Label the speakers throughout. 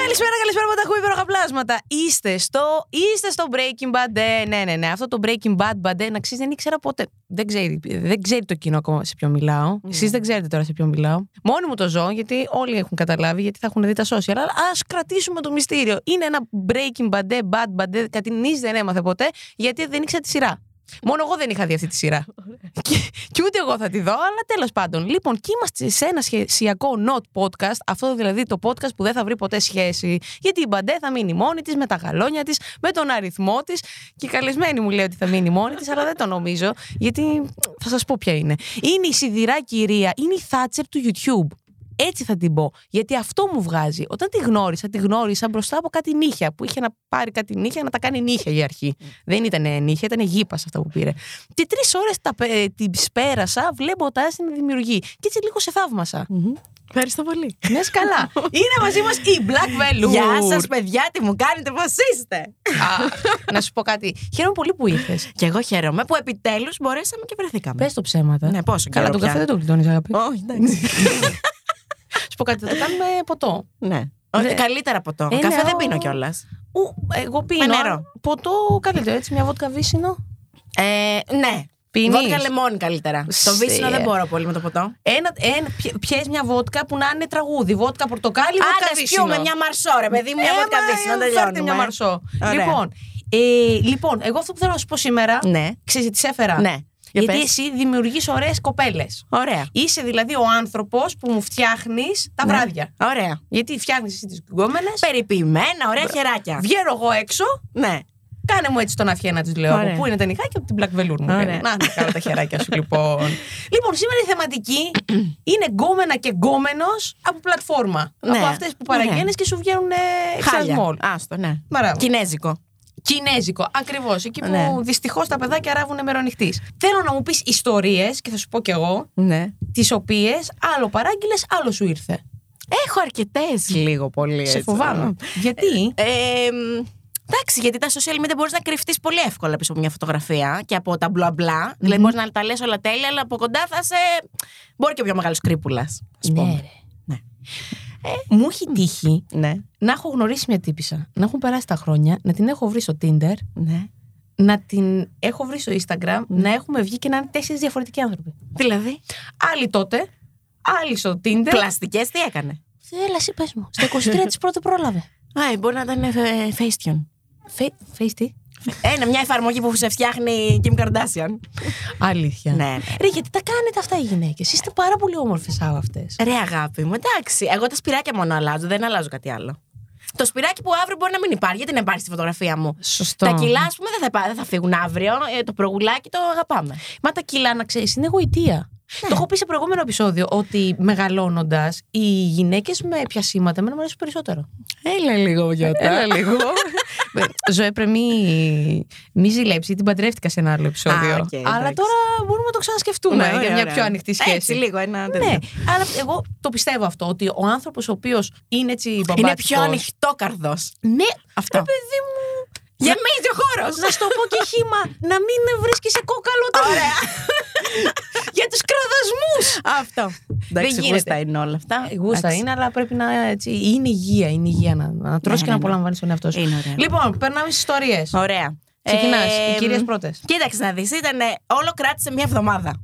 Speaker 1: Καλησπέρα, καλησπέρα, πανταχού υπέροχα πλάσματα. Είστε στο, είστε στο Breaking Bad. ε, Ναι, ναι, ναι. Αυτό το Breaking Bad Bad, να ξέρει, δεν ήξερα ποτέ. Δεν ξέρει, δεν ξέρει το κοινό ακόμα σε ποιον μιλάω. Εσείς δεν ξέρετε τώρα σε ποιον μιλάω. Μόνοι μου το ζω, γιατί όλοι έχουν καταλάβει, γιατί θα έχουν δει τα social. Αλλά ας κρατήσουμε το μυστήριο. Είναι ένα Breaking Bad Bad Bad. Κάτι νης δεν έμαθε ποτέ, γιατί δεν ήξερα τη σειρά. Μόνο εγώ δεν είχα δει αυτή τη σειρά. και, και ούτε εγώ θα τη δω, αλλά τέλος πάντων. Λοιπόν, και είμαστε σε ένα σχεσιακό not podcast, αυτό δηλαδή το podcast που δεν θα βρει ποτέ σχέση. Γιατί η Μπαντέ θα μείνει μόνη της, με τα γαλόνια της, με τον αριθμό της. Και η καλεσμένη μου λέει ότι θα μείνει μόνη της, αλλά δεν το νομίζω, γιατί θα σας πω ποια είναι. Είναι η σιδηρά κυρία, είναι η Θάτσερ του YouTube. Έτσι θα την πω. Γιατί αυτό μου βγάζει. Όταν τη γνώρισα, τη γνώρισα μπροστά από κάτι νύχια. Που είχε να πάρει κάτι νύχια, να τα κάνει νύχια για αρχή.
Speaker 2: Mm.
Speaker 1: Δεν ήταν νύχια, ήταν γήπας αυτά που πήρε. Και τρεις ώρες ε, την πέρασα βλέποντας την δημιουργή. Και έτσι λίγο σε θαύμασα.
Speaker 2: Mm. Ευχαριστώ πολύ.
Speaker 1: Ναι, καλά. Είναι μαζί μας η Black Velour.
Speaker 2: Γεια σας, παιδιά, τι μου κάνετε, πώς είστε.
Speaker 1: Α, να σου πω κάτι. Χαίρομαι πολύ που ήρθες.
Speaker 2: Και εγώ χαίρομαι που επιτέλους μπορέσαμε και βρεθήκαμε.
Speaker 1: Πες το ψέματα.
Speaker 2: Ναι, πόσο
Speaker 1: Καλά,
Speaker 2: καιρό
Speaker 1: τον
Speaker 2: πια.
Speaker 1: καφέ δεν τον γλιτώνεις, αγάπη.
Speaker 2: Όχι, εντάξει.
Speaker 1: Σου πω κάτι, θα το κάνουμε ποτό.
Speaker 2: ναι. Όχι,
Speaker 1: Ναι.
Speaker 2: Καλύτερα ποτό.
Speaker 1: Ε,
Speaker 2: Καφέ
Speaker 1: ναι,
Speaker 2: δεν
Speaker 1: ο-
Speaker 2: πίνω κιόλας.
Speaker 1: Ου, εγώ πίνω.
Speaker 2: νερό.
Speaker 1: αλλά Ποτό καλύτερο, έτσι, μια βότκα βύσινο.
Speaker 2: Ε, ναι.
Speaker 1: Πίνεις?
Speaker 2: Βότκα λεμόνι καλύτερα.
Speaker 1: Σε-
Speaker 2: Το βύσινο δεν μπορώ πολύ με το ποτό.
Speaker 1: Ένα, ένα, πιες μια βότκα που να είναι τραγούδι. Βότκα πορτοκάλι, βότκα
Speaker 2: Άντε,
Speaker 1: βύσινο.
Speaker 2: πιούμε μια μαρσό, ρε παιδί μου, μια
Speaker 1: Ε,
Speaker 2: βότκα
Speaker 1: μα,
Speaker 2: βύσινο.
Speaker 1: ε,
Speaker 2: Να
Speaker 1: Φέρτε
Speaker 2: τελειώνουμε.
Speaker 1: μια μαρσό.
Speaker 2: Ωραία.
Speaker 1: Λοιπόν, ε, λοιπόν, εγώ αυτό που θέλω να σου πω σήμερα.
Speaker 2: Ναι.
Speaker 1: Ξέρεις, τι τις έφερα.
Speaker 2: Ναι. Για
Speaker 1: Γιατί
Speaker 2: πες.
Speaker 1: εσύ δημιουργείς ωραίες κοπέλες.
Speaker 2: Ωραία.
Speaker 1: Είσαι δηλαδή ο άνθρωπος που μου φτιάχνεις τα
Speaker 2: Ναι.
Speaker 1: βράδια.
Speaker 2: Ωραία.
Speaker 1: Γιατί φτιάχνεις εσύ τις γκόμενες,
Speaker 2: Περιποιημένα, ωραία χεράκια.
Speaker 1: βγαίνω εγώ έξω,
Speaker 2: Ναι.
Speaker 1: κάνε μου έτσι τον αφιένα της λέω,
Speaker 2: Ωραία.
Speaker 1: από πού είναι τα νυχάκια από την Black Velour μου.
Speaker 2: Ωραία.
Speaker 1: λένε. Να, ναι, καλά τα χεράκια σου λοιπόν. λοιπόν, σήμερα η θεματική είναι γκόμενα και γκόμενος από πλατφόρμα.
Speaker 2: Ναι.
Speaker 1: Από αυτές που παραγγέλνεις
Speaker 2: Ναι.
Speaker 1: και σου βγαίνουν ε, εξαρμόλ.
Speaker 2: Χάλια. Άστο, ναι.
Speaker 1: Μπράβο.
Speaker 2: Κινέζικο.
Speaker 1: Κινέζικο, ακριβώς. Εκεί που
Speaker 2: Ναι.
Speaker 1: δυστυχώς τα παιδάκια ράβουν μερονυχτής. Θέλω να μου πεις ιστορίες και θα σου πω κι εγώ,
Speaker 2: Ναι.
Speaker 1: τις οποίες άλλο παράγγειλες, άλλο σου ήρθε.
Speaker 2: Έχω αρκετές λίγο πολύ.
Speaker 1: Σε
Speaker 2: έτσι.
Speaker 1: φοβάμαι. Γιατί.
Speaker 2: Ε, μ, εντάξει, γιατί τα social media μπορείς να κρυφτείς πολύ εύκολα πίσω από μια φωτογραφία και από τα μπλα μπλα. Δηλαδή, μπορείς να τα λες όλα τέλεια, αλλά από κοντά θα σε. Μπορεί και ο πιο μεγάλος κρύπουλας. Ναι.
Speaker 1: Μου έχει τύχει
Speaker 2: Ναι.
Speaker 1: να έχω γνωρίσει μια τύπησα, να έχουν περάσει τα χρόνια, να την έχω βρει στο Tinder,
Speaker 2: ναι.
Speaker 1: να την έχω βρει στο Instagram, να έχουμε βγει και να είναι τέσσερις διαφορετικοί άνθρωποι.
Speaker 2: Δηλαδή.
Speaker 1: Άλλοι τότε, άλλοι στο Tinder.
Speaker 2: Πλαστικές τι έκανε.
Speaker 1: Έλα, εσύ πες μου. Στο 23 της πρώτη πρόλαβε.
Speaker 2: Α, ε, μπορεί να ήταν ε, Facetune.
Speaker 1: Face- Face τι.
Speaker 2: Ένα, Ε, ναι, μια εφαρμογή που σε φτιάχνει η Kim Kardashian.
Speaker 1: Αλήθεια.
Speaker 2: ναι.
Speaker 1: Ρε, γιατί τα κάνετε αυτά οι γυναίκες. Είστε πάρα πολύ όμορφες από αυτές.
Speaker 2: Ρε αγάπη μου, εντάξει. Εγώ τα σπυράκια μόνο αλλάζω, δεν αλλάζω κάτι άλλο. Το σπυράκι που αύριο μπορεί να μην υπάρχει, γιατί να υπάρχει στη φωτογραφία μου.
Speaker 1: Σωστό.
Speaker 2: Τα κιλά, ας πούμε, δεν θα, πά- δεν θα φύγουν αύριο. Ε, το προγουλάκι το αγαπάμε.
Speaker 1: Μα τα κιλά, να ξέρεις, είναι γοητεία. Το έχω πει σε προηγούμενο επεισόδιο ότι μεγαλώνοντας, οι γυναίκες με πιασίματα εμένα μου αρέσουν περισσότερο.
Speaker 2: Έλα λίγο, Γιώτα. Έλα λίγο.
Speaker 1: Ε, Ζωέ πρέπει μη, μη ζηλέψει, γιατί την παντρεύτηκα σε ένα άλλο επεισόδιο.
Speaker 2: οκ,
Speaker 1: Αλλά
Speaker 2: εντάξει.
Speaker 1: τώρα μπορούμε να το ξανασκεφτούμε Ναι, για μια πιο ανοιχτή σχέση.
Speaker 2: Έτσι, λίγο ένα τέτοιο.
Speaker 1: Ναι, αλλά εγώ το πιστεύω αυτό, ότι ο άνθρωπος ο οποίος είναι έτσι
Speaker 2: Είναι
Speaker 1: μπαμπάτσικος-
Speaker 2: πιο ανοιχτό καρδός.
Speaker 1: Ναι,
Speaker 2: Αυτό.
Speaker 1: ρε παιδί μου.
Speaker 2: Γεμίζει ο χώρος.
Speaker 1: Να σου το πω και χήμα, να μην βρίσκεσαι κόκαλο όταν. Για τους κραδασμούς.
Speaker 2: Αυτό.
Speaker 1: γίνεται.
Speaker 2: Δεν γούστα είναι όλα αυτά.
Speaker 1: Ε, Γούστα
Speaker 2: Εντάξει.
Speaker 1: είναι, αλλά πρέπει να. Έτσι, είναι υγεία, είναι υγεία να, να τρως
Speaker 2: Ναι,
Speaker 1: και
Speaker 2: ναι,
Speaker 1: να
Speaker 2: ναι.
Speaker 1: απολαμβάνεις τον εαυτό σου.
Speaker 2: Είναι ωραία.
Speaker 1: Λοιπόν, περνάμε στις ιστορίες.
Speaker 2: Ωραία.
Speaker 1: Ξεκινάς.
Speaker 2: Ε,
Speaker 1: οι κυρίες πρώτες.
Speaker 2: Κοίταξε να δεις, ήταν ε, όλο κράτησε μια εβδομάδα.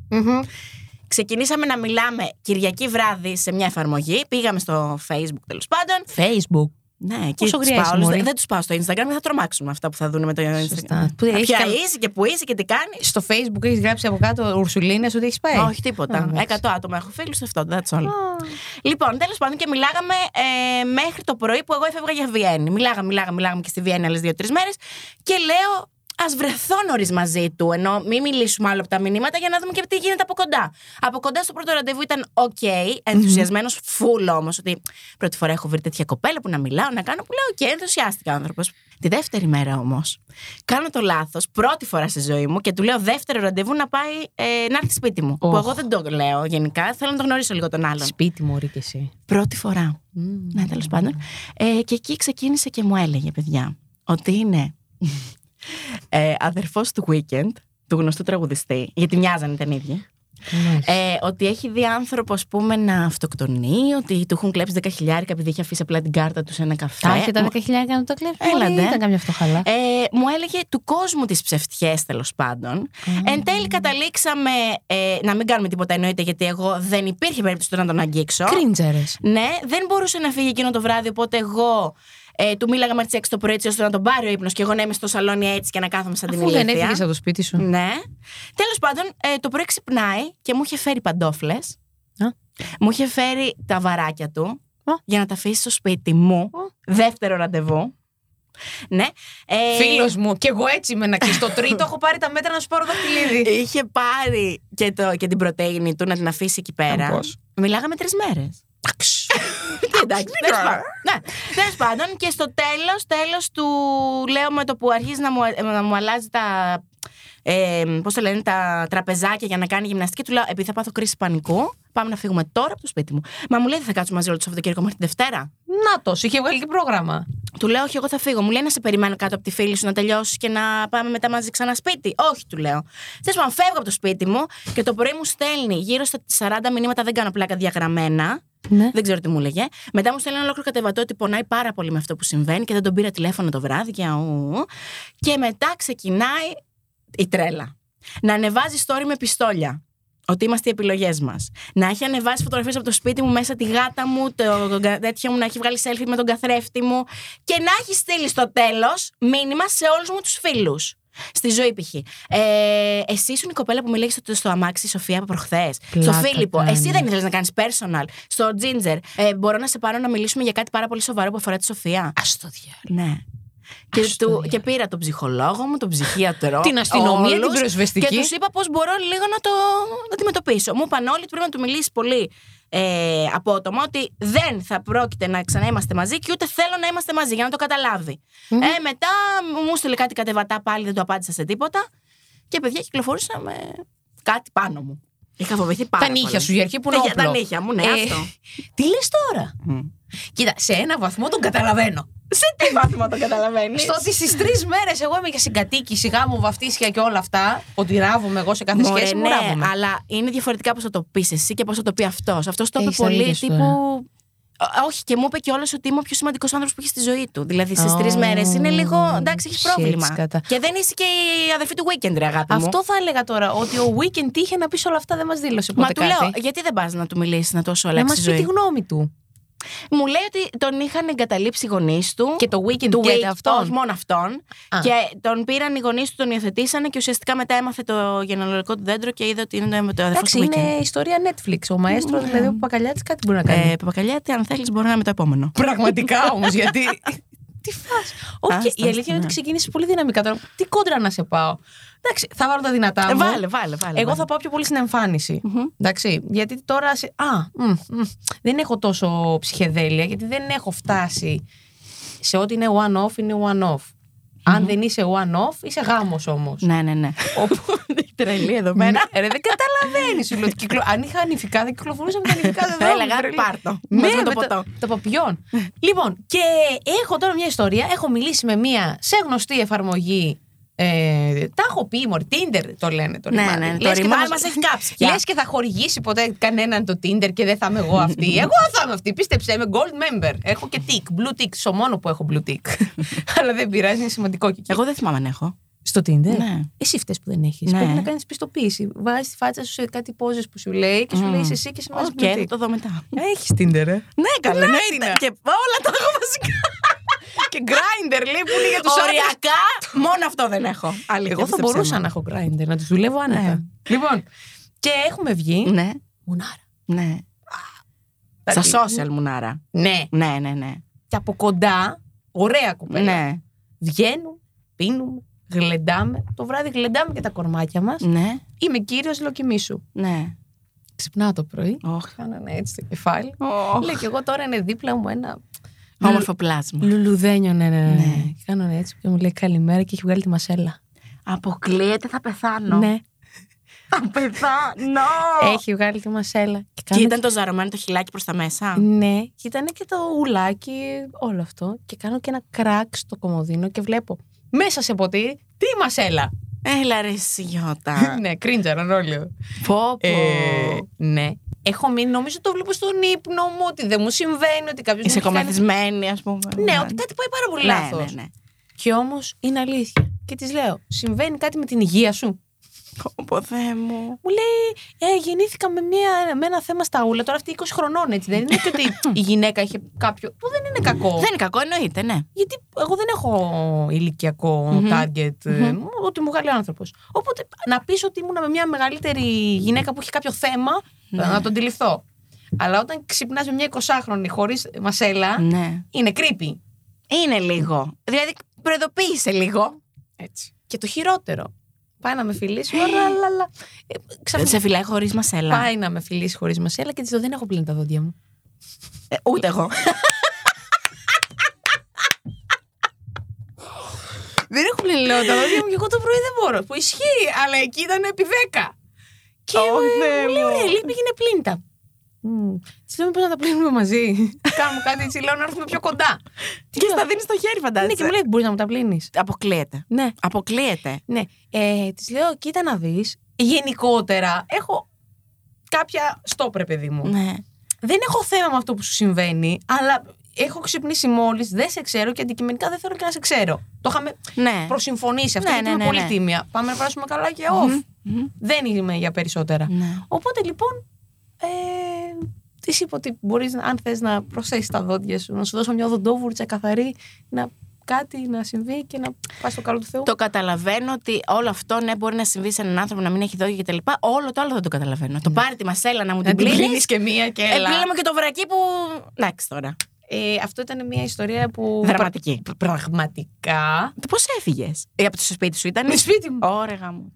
Speaker 2: Ξεκινήσαμε να μιλάμε Κυριακή βράδυ σε μια εφαρμογή. Πήγαμε στο Facebook τέλος πάντων.
Speaker 1: Facebook.
Speaker 2: Ναι, εκεί
Speaker 1: Πόσο
Speaker 2: τους
Speaker 1: γριά
Speaker 2: πάω
Speaker 1: είσαι,
Speaker 2: όλους.
Speaker 1: μωρή.
Speaker 2: Δεν, τους πάω στο Instagram, θα τρομάξουν αυτά που θα δουν με το Instagram.
Speaker 1: Που έχει
Speaker 2: Ποια
Speaker 1: κα-
Speaker 2: είσαι και που είσαι και τι κάνεις.
Speaker 1: Στο Facebook έχεις γράψει από κάτω Ουρσουλίνες ότι έχεις πάει.
Speaker 2: Όχι, τίποτα.
Speaker 1: εντάξει.
Speaker 2: Εκατό άτομα έχω φίλους, αυτό. That's all. Λοιπόν, τέλος πάντων και μιλάγαμε ε, μέχρι το πρωί που εγώ έφευγα για Βιέννη. Μιλάγαμε, μιλάγαμε, μιλάγαμε και στη Βιέννη άλλες δύο-τρει μέρες. Και λέω, Ας βρεθώ νωρίς μαζί του, ενώ μην μιλήσουμε άλλο από τα μηνύματα για να δούμε και τι γίνεται από κοντά. Από κοντά στο πρώτο ραντεβού ήταν οκ, okay, ενθουσιασμένο, φουλ όμως. Ότι πρώτη φορά έχω βρει τέτοια κοπέλα που να μιλάω, να κάνω, που λέω οκ, okay, ενθουσιάστηκα ο άνθρωπος. Τη δεύτερη μέρα όμως, κάνω το λάθος, πρώτη φορά στη ζωή μου και του λέω δεύτερο ραντεβού να πάει ε, να έρθει σπίτι μου. Που
Speaker 1: Οχ.
Speaker 2: εγώ δεν το λέω γενικά, θέλω να το γνωρίσω λίγο τον άλλον.
Speaker 1: Σπίτι μου, ρε και εσύ.
Speaker 2: Πρώτη φορά. Ναι, τέλος πάντων. Ε, και εκεί ξεκίνησε και μου έλεγε, παιδιά, ότι είναι ε, αδερφός του Weekend, του γνωστού τραγουδιστή, γιατί μοιάζαν ήταν ίδιοι. Ε, ότι έχει δει άνθρωπο, ας πούμε, να αυτοκτονεί, ότι του έχουν κλέψει 10 χιλιάρικα επειδή είχε αφήσει απλά την κάρτα του σε ένα καφέ.
Speaker 1: Τα είχε τα
Speaker 2: Μου-
Speaker 1: 10.000 να το κλέψει.
Speaker 2: Έλα,
Speaker 1: Έλα,
Speaker 2: ντε.
Speaker 1: δεν ήταν καμιά φτωχαλά.
Speaker 2: ε, μου έλεγε του κόσμου τις ψευτιές τέλος πάντων. Εν τέλει καταλήξαμε ε, να μην κάνουμε τίποτα εννοείται γιατί εγώ δεν υπήρχε περίπτωση του να τον αγγίξω.
Speaker 1: Κρίντζερε.
Speaker 2: Ναι, δεν μπορούσε να φύγει εκείνο το βράδυ, οπότε εγώ ε, του μίλαγα μέχρι τι 6 το πρωί έτσι ώστε να τον πάρει ο ύπνος και εγώ να είμαι στο σαλόνι έτσι και να κάθομαι σαν την
Speaker 1: Αφού δεν
Speaker 2: ηλίθεια.
Speaker 1: έφυγες από το σπίτι σου.
Speaker 2: Ναι. Τέλος πάντων, ε, το πρωί ξυπνάει και μου είχε φέρει παντόφλες.
Speaker 1: Α.
Speaker 2: Μου είχε φέρει τα βαράκια του
Speaker 1: Α.
Speaker 2: για να τα αφήσει στο σπίτι μου. Δεύτερο ραντεβού. Ναι. Ε,
Speaker 1: Φίλος μου, και εγώ έτσι είμαι να ξέρει. Το τρίτο έχω πάρει τα μέτρα να σου πάρω δαχτυλίδι.
Speaker 2: Είχε πάρει και, το, και την πρωτεΐνη του να την αφήσει εκεί πέρα.
Speaker 1: Πώς.
Speaker 2: Μιλάγαμε τρεις μέρες. Τι εντάξει, τέλος πάντων. Ναι, τέλο πάντων. Και στο τέλος, τέλος του λέω με το που αρχίζει να μου, να μου αλλάζει τα. Ε, Πώς το λένε, τα τραπεζάκια για να κάνει γυμναστική, του λέω: Επειδή θα πάθω κρίση πανικού, πάμε να φύγουμε τώρα από το σπίτι μου. Μα μου λέει: Δεν θα κάτσουμε μαζί όλο το Σαββατοκύριακο μέχρι τη Δευτέρα.
Speaker 1: Να το, σου είχε βγάλει και πρόγραμμα.
Speaker 2: Του λέω: Όχι, εγώ θα φύγω. Μου λέει να σε περιμένω κάτω από τη φίλη σου να τελειώσεις και να πάμε μετά μαζί ξανά σπίτι. Όχι, του λέω. Θε να φεύγω από το σπίτι μου και το πρωί μου στέλνει γύρω στα 40 μηνύματα, δεν κάνω πλάκα διαγραμμένα.
Speaker 1: Ναι.
Speaker 2: Δεν ξέρω τι μου έλεγε. Μετά μου στέλνει ένα ολόκληρο κατεβατό ότι πονάει πάρα πολύ με αυτό που συμβαίνει και δεν τον πήρα τηλέφωνο το βράδυ. Και, αου, αου. και μετά ξεκινάει η τρέλα. Να ανεβάζει story με πιστόλια. Ότι είμαστε οι επιλογές μας. Να έχει ανεβάσει φωτογραφίες από το σπίτι μου μέσα τη γάτα μου, το το κα- τέτοιο μου, να έχει βγάλει selfie με τον καθρέφτη μου. Και να έχει στείλει στο τέλος μήνυμα σε όλους μου τους φίλους. Στη ζωή, π.χ. Ε, εσύ ήσουν η κοπέλα που μιλάει στο, στο αμάξι, η Σοφία, από προχθές. Στο
Speaker 1: Πλάκα
Speaker 2: Φίλιππο. Εσύ δεν
Speaker 1: κάνεις.
Speaker 2: ήθελες να κάνεις personal. Στο Ginger. Ε, μπορώ να σε πάρω να μιλήσουμε για κάτι πάρα πολύ σοβαρό που αφορά τη Σοφία.
Speaker 1: Ας το διάλογο.
Speaker 2: Ναι. Και,
Speaker 1: Ας το
Speaker 2: του,
Speaker 1: διάλογο.
Speaker 2: και πήρα τον ψυχολόγο μου, τον ψυχίατρο.
Speaker 1: Την αστυνομία, την
Speaker 2: όλους,
Speaker 1: πυροσβεστική.
Speaker 2: Και τους είπα πώς μπορώ λίγο να το να αντιμετωπίσω. Μου είπαν όλοι ότι πρέπει να του μιλήσεις πολύ ε, απότομα ότι δεν θα πρόκειται να ξαναείμαστε μαζί και ούτε θέλω να είμαστε μαζί για να το καταλαβει Ε, μετά μου στείλε κάτι κατεβατά πάλι, δεν το απάντησα σε τίποτα. Και παιδιά κυκλοφορούσα με κάτι πάνω μου. Είχα φοβηθεί πάρα
Speaker 1: Τα νύχια
Speaker 2: πολύ.
Speaker 1: σου, η αρχή που είναι
Speaker 2: Τα-
Speaker 1: όπλο.
Speaker 2: Τα νύχια μου, ναι,
Speaker 1: Ε,
Speaker 2: αυτό.
Speaker 1: Τι λες τώρα. Κοίτα, σε ένα βαθμό τον καταλαβαίνω.
Speaker 2: Σε τι βαθμό το καταλαβαίνεις.
Speaker 1: Στο ότι στις τρεις μέρες εγώ είμαι για συγκατοίκηση, γάμο, βαφτίσια και όλα αυτά. Ότι ράβομαι εγώ σε κάθε σχέση. μου ράβομαι.
Speaker 2: ναι, αλλά είναι διαφορετικά πώς θα το πεις εσύ και πώς θα το πει αυτός. Αυτός το είπε
Speaker 1: Έχεις
Speaker 2: πολύ
Speaker 1: αλήθεια σου ε.
Speaker 2: τύπου. «Α, Όχι, και μου είπε κιόλας ότι είμαι ο πιο σημαντικός άνθρωπος που έχει στη ζωή του. Δηλαδή στις
Speaker 1: Ω,
Speaker 2: τρεις μέρες είναι λίγο. Εντάξει, έχεις
Speaker 1: shit,
Speaker 2: πρόβλημα.
Speaker 1: σκατά.
Speaker 2: Και δεν είσαι και η αδερφή του weekend, ρε αγάπη. μου.
Speaker 1: Αυτό θα έλεγα τώρα. Ότι ο Weekend τι είχε να πεις σε όλα αυτά δεν μας δήλωσε ποτέ
Speaker 2: Μα του
Speaker 1: κάτι.
Speaker 2: λέω, γιατί δεν πας να του μιλήσεις να τόσο
Speaker 1: να
Speaker 2: αλλάξει
Speaker 1: μας
Speaker 2: η
Speaker 1: πει
Speaker 2: ζωή.
Speaker 1: τη γνώμη του.
Speaker 2: Μου λέει ότι τον είχαν εγκαταλείψει οι γονείς του.
Speaker 1: Και το Weekend
Speaker 2: του
Speaker 1: και
Speaker 2: Wake,
Speaker 1: αυτόν.
Speaker 2: όχι, μόνο αυτόν.
Speaker 1: Α.
Speaker 2: Και τον πήραν οι γονείς του, τον υιοθετήσανε και ουσιαστικά μετά έμαθε το γενεαλογικό του δέντρο και είδε ότι είναι το αδερφό
Speaker 1: Εντάξει,
Speaker 2: του
Speaker 1: είναι
Speaker 2: Weekend. Ναι.
Speaker 1: ιστορία Netflix. Ο μαέστρος, δηλαδή ο Παπακαλιάτης, κάτι μπορεί να κάνει.
Speaker 2: Ε, Παπακαλιάτη, αν θέλεις, μπορεί να είμαι το επόμενο.
Speaker 1: Πραγματικά όμως, γιατί. Τι φάση. Όχι, και
Speaker 2: Άστα,
Speaker 1: η
Speaker 2: άστα,
Speaker 1: αλήθεια είναι
Speaker 2: ναι.
Speaker 1: ότι ξεκίνησε πολύ δυναμικά τώρα. Τι κόντρα να σε πάω. Εντάξει, θα βάλω τα δυνατά
Speaker 2: Ε,
Speaker 1: μου.
Speaker 2: βάλε, βάλε, βάλε.
Speaker 1: Εγώ
Speaker 2: βάλε.
Speaker 1: θα πάω πιο πολύ στην εμφανιση Εντάξει, γιατί τώρα. σε- Α, μ, μ, δεν έχω τόσο ψυχεδέλεια, γιατί δεν έχω φτάσει σε ό,τι είναι one-off, είναι one-off. Αν δεν είσαι one-off, είσαι γάμος όμως.
Speaker 2: Ναι, ναι, ναι.
Speaker 1: Οπότε.
Speaker 2: Τρελή εδώ μένα.
Speaker 1: Ρε, δεν καταλαβαίνεις. Σου λέω ότι κυκλο- Αν είχα ανηφικά, δεν κυκλοφορούσα με τα ανηφικά
Speaker 2: Θα
Speaker 1: δεδομένα.
Speaker 2: έλεγα πάρτο. Μαζί με το ποτό.
Speaker 1: Ναι, Το παπιόν. λοιπόν, και έχω τώρα μια ιστορία. Έχω μιλήσει με μια σε γνωστή εφαρμογή. Ε, τα έχω πει, μωρή, Tinder το λένε το
Speaker 2: Ναι,
Speaker 1: ρημάδι.
Speaker 2: ναι, το
Speaker 1: Λες και θα
Speaker 2: ρημάδι μας έχει κάψει πια.
Speaker 1: Λες και θα χορηγήσει ποτέ κανέναν το Tinder και δεν θα είμαι εγώ αυτή. εγώ θα είμαι αυτή, πίστεψε, είμαι gold member. Έχω και tick, blue tick, στο μόνο που έχω blue tick. Αλλά δεν πειράζει, είναι σημαντικό και εκεί.
Speaker 2: Εγώ δεν θυμάμαι αν έχω.
Speaker 1: Στο Tinder.
Speaker 2: Ναι.
Speaker 1: Εσύ φταίει που δεν έχεις.
Speaker 2: Ναι.
Speaker 1: Πρέπει να κάνεις πιστοποίηση. Βάζεις τη φάτσα σου σε κάτι πόζε που σου λέει και σου
Speaker 2: Μμμ.
Speaker 1: λέει είσαι εσύ και σε μα
Speaker 2: Οκ, θα το δω μετά.
Speaker 1: Έχεις Tinder, ε.
Speaker 2: Ναι, καλέ, ναι,
Speaker 1: Τινά.
Speaker 2: ήταν. Και όλα τα έχω βασικά.
Speaker 1: και Grindr λέει που είναι για τους άντρε.
Speaker 2: Οριακά, μόνο αυτό δεν Ναι. έχω. Αλήθεια,
Speaker 1: Εγώ θα
Speaker 2: πίστεψέ
Speaker 1: μπορούσα
Speaker 2: με.
Speaker 1: να έχω Grindr, να τους δουλεύω άνετα. Λοιπόν, και έχουμε βγει.
Speaker 2: Ναι,
Speaker 1: Μουνάρα.
Speaker 2: ναι. Στα
Speaker 1: Δηλαδή,
Speaker 2: social μου, Νάρα.
Speaker 1: Ναι.
Speaker 2: Ναι, ναι, ναι.
Speaker 1: Και από κοντά, ωραία κουπέλα.
Speaker 2: Ναι.
Speaker 1: Βγαίνουν, πίνουν, Γλεντάμε. Το βράδυ γλεντάμε και τα κορμάκια μας.
Speaker 2: Ναι,
Speaker 1: Είμαι κύριος λοκιμή σου.
Speaker 2: ναι.
Speaker 1: Ξυπνάω το πρωί.
Speaker 2: Οχ.
Speaker 1: Κάνανε έτσι το κεφάλι. Λέει και εγώ τώρα είναι δίπλα μου ένα
Speaker 2: Όμορφο πλάσμα.
Speaker 1: λουλουδένιο, ναι, ναι, ναι.
Speaker 2: Ναι.
Speaker 1: Και Κάνανε έτσι και μου λέει καλημέρα και έχει βγάλει τη μασέλα.
Speaker 2: Αποκλείεται, θα πεθάνω.
Speaker 1: Ναι,
Speaker 2: Θα πεθάνω.
Speaker 1: έχει βγάλει τη μασέλα. Και
Speaker 2: Και
Speaker 1: κάνανε
Speaker 2: ήταν το ζαρωμένο το χυλάκι προς τα μέσα.
Speaker 1: Ναι, και ήταν και το ουλάκι, όλο αυτό. Και κάνω και ένα κρακ στο κομμωδίνο και βλέπω μέσα σε ποτήρι τι μασέλα.
Speaker 2: Έλα ρε Σιώτα.
Speaker 1: ναι, κρίντζαραν όλοι.
Speaker 2: Πω πω.
Speaker 1: Ε, ναι. Έχω μείνει, νομίζω το βλέπω στον ύπνο μου, ότι δεν μου συμβαίνει, ότι κάποιος.
Speaker 2: Είσαι κομμαθισμένη, ας πούμε.
Speaker 1: Ναι, ότι κάτι πάει πάρα πολύ
Speaker 2: Ναι,
Speaker 1: λάθος.
Speaker 2: ναι, ναι.
Speaker 1: Και όμως είναι αλήθεια. Και της λέω, συμβαίνει κάτι με την υγεία σου.
Speaker 2: Πω, Θεέ μου.
Speaker 1: Μου λέει, ε, γεννήθηκα με, μια, με ένα θέμα στα ούλα. Τώρα αυτή 20 χρονών, έτσι. Δεν είναι και ότι η γυναίκα είχε κάποιο. που δεν είναι κακό.
Speaker 2: Δεν είναι κακό, εννοείται, ναι.
Speaker 1: Γιατί εγώ δεν έχω ηλικιακό
Speaker 2: Μμμ.
Speaker 1: target, ε,
Speaker 2: Μμμ.
Speaker 1: μου- ότι μου βγάλει ο άνθρωπος. Οπότε να πεις ότι ήμουν με μια μεγαλύτερη γυναίκα που είχε κάποιο θέμα,
Speaker 2: Ναι.
Speaker 1: να τον αντιληφθώ. Αλλά όταν ξυπνάς με μια 20χρονη χωρίς μασέλα,
Speaker 2: Ναι.
Speaker 1: είναι creepy.
Speaker 2: Είναι λίγο. Δηλαδή, προειδοποίησε λίγο.
Speaker 1: Έτσι. Και το χειρότερο. Πάει να με φιλήσει,
Speaker 2: Ε.
Speaker 1: ραλαλα. Ε,
Speaker 2: Δεν
Speaker 1: Ξαφνικά
Speaker 2: σε φυλάει χωρίς μασέλα.
Speaker 1: πάει να με φιλήσει χωρίς μασέλα και της λέω: Δεν έχω πλύνει τα δόντια μου.
Speaker 2: Ε, Ούτε εγώ.
Speaker 1: Δεν έχω πλύνει, λέω, τα δόντια μου και εγώ το πρωί δεν μπορώ. Που ισχύει, αλλά εκεί ήταν επί 10. Και
Speaker 2: Ω,
Speaker 1: ε,
Speaker 2: Θεέ
Speaker 1: μου λέει,
Speaker 2: μου.
Speaker 1: ωραία, λείπει, πήγαινε πλύντα. Τη λέω, μήπως να τα πλύνουμε μαζί. Κάνουμε κάτι έτσι, λέω, να έρθουμε πιο κοντά.
Speaker 2: Και στα δίνεις στο χέρι,
Speaker 1: Ναι, και μου
Speaker 2: φαντάζεσαι.
Speaker 1: λέει, μπορεί να μου τα πλύνεις.
Speaker 2: Αποκλείεται.
Speaker 1: Ναι,
Speaker 2: Αποκλείεται.
Speaker 1: ναι. Ε, της λέω, κοίτα να δεις. Γενικότερα, έχω κάποια στόπρε, παιδί μου.
Speaker 2: Ναι.
Speaker 1: Δεν έχω θέμα με αυτό που σου συμβαίνει, αλλά έχω ξυπνήσει μόλις, δεν σε ξέρω και αντικειμενικά δεν θέλω και να σε ξέρω. Το είχαμε
Speaker 2: Ναι.
Speaker 1: προσυμφωνήσει αυτό,
Speaker 2: Ναι,
Speaker 1: γιατί
Speaker 2: ναι,
Speaker 1: είμαι
Speaker 2: ναι,
Speaker 1: πολύ
Speaker 2: ναι.
Speaker 1: τίμια. Πάμε να περάσουμε καλά και off.
Speaker 2: Μμμ.
Speaker 1: Δεν είμαι για περισσότερα.
Speaker 2: Ναι.
Speaker 1: Οπότε λοιπόν. Ε, της είπα ότι μπορείς, αν θες να προσθέσει τα δόντια σου, να σου δώσω μια οδοντόβουρτσα καθαρή, να κάτι να συμβεί και να πας στο καλό του Θεού.
Speaker 2: Το καταλαβαίνω ότι όλο αυτό ναι, μπορεί να συμβεί σε έναν άνθρωπο να μην έχει δόντια κτλ. Όλο το άλλο δεν το καταλαβαίνω. Το πάρει τη μασέλα Ναι. να μου την πλύνει.
Speaker 1: και μία και
Speaker 2: Επλύναμε και το βρακί που. Εντάξει τώρα.
Speaker 1: Ε, αυτό ήταν μια ιστορία που.
Speaker 2: Δραματική.
Speaker 1: πρα- Πραγματικά.
Speaker 2: Πώς έφυγες. Ε, Από το σπίτι σου ήταν.
Speaker 1: Με Ναι, σπίτι μου.
Speaker 2: Ωρεγα μου.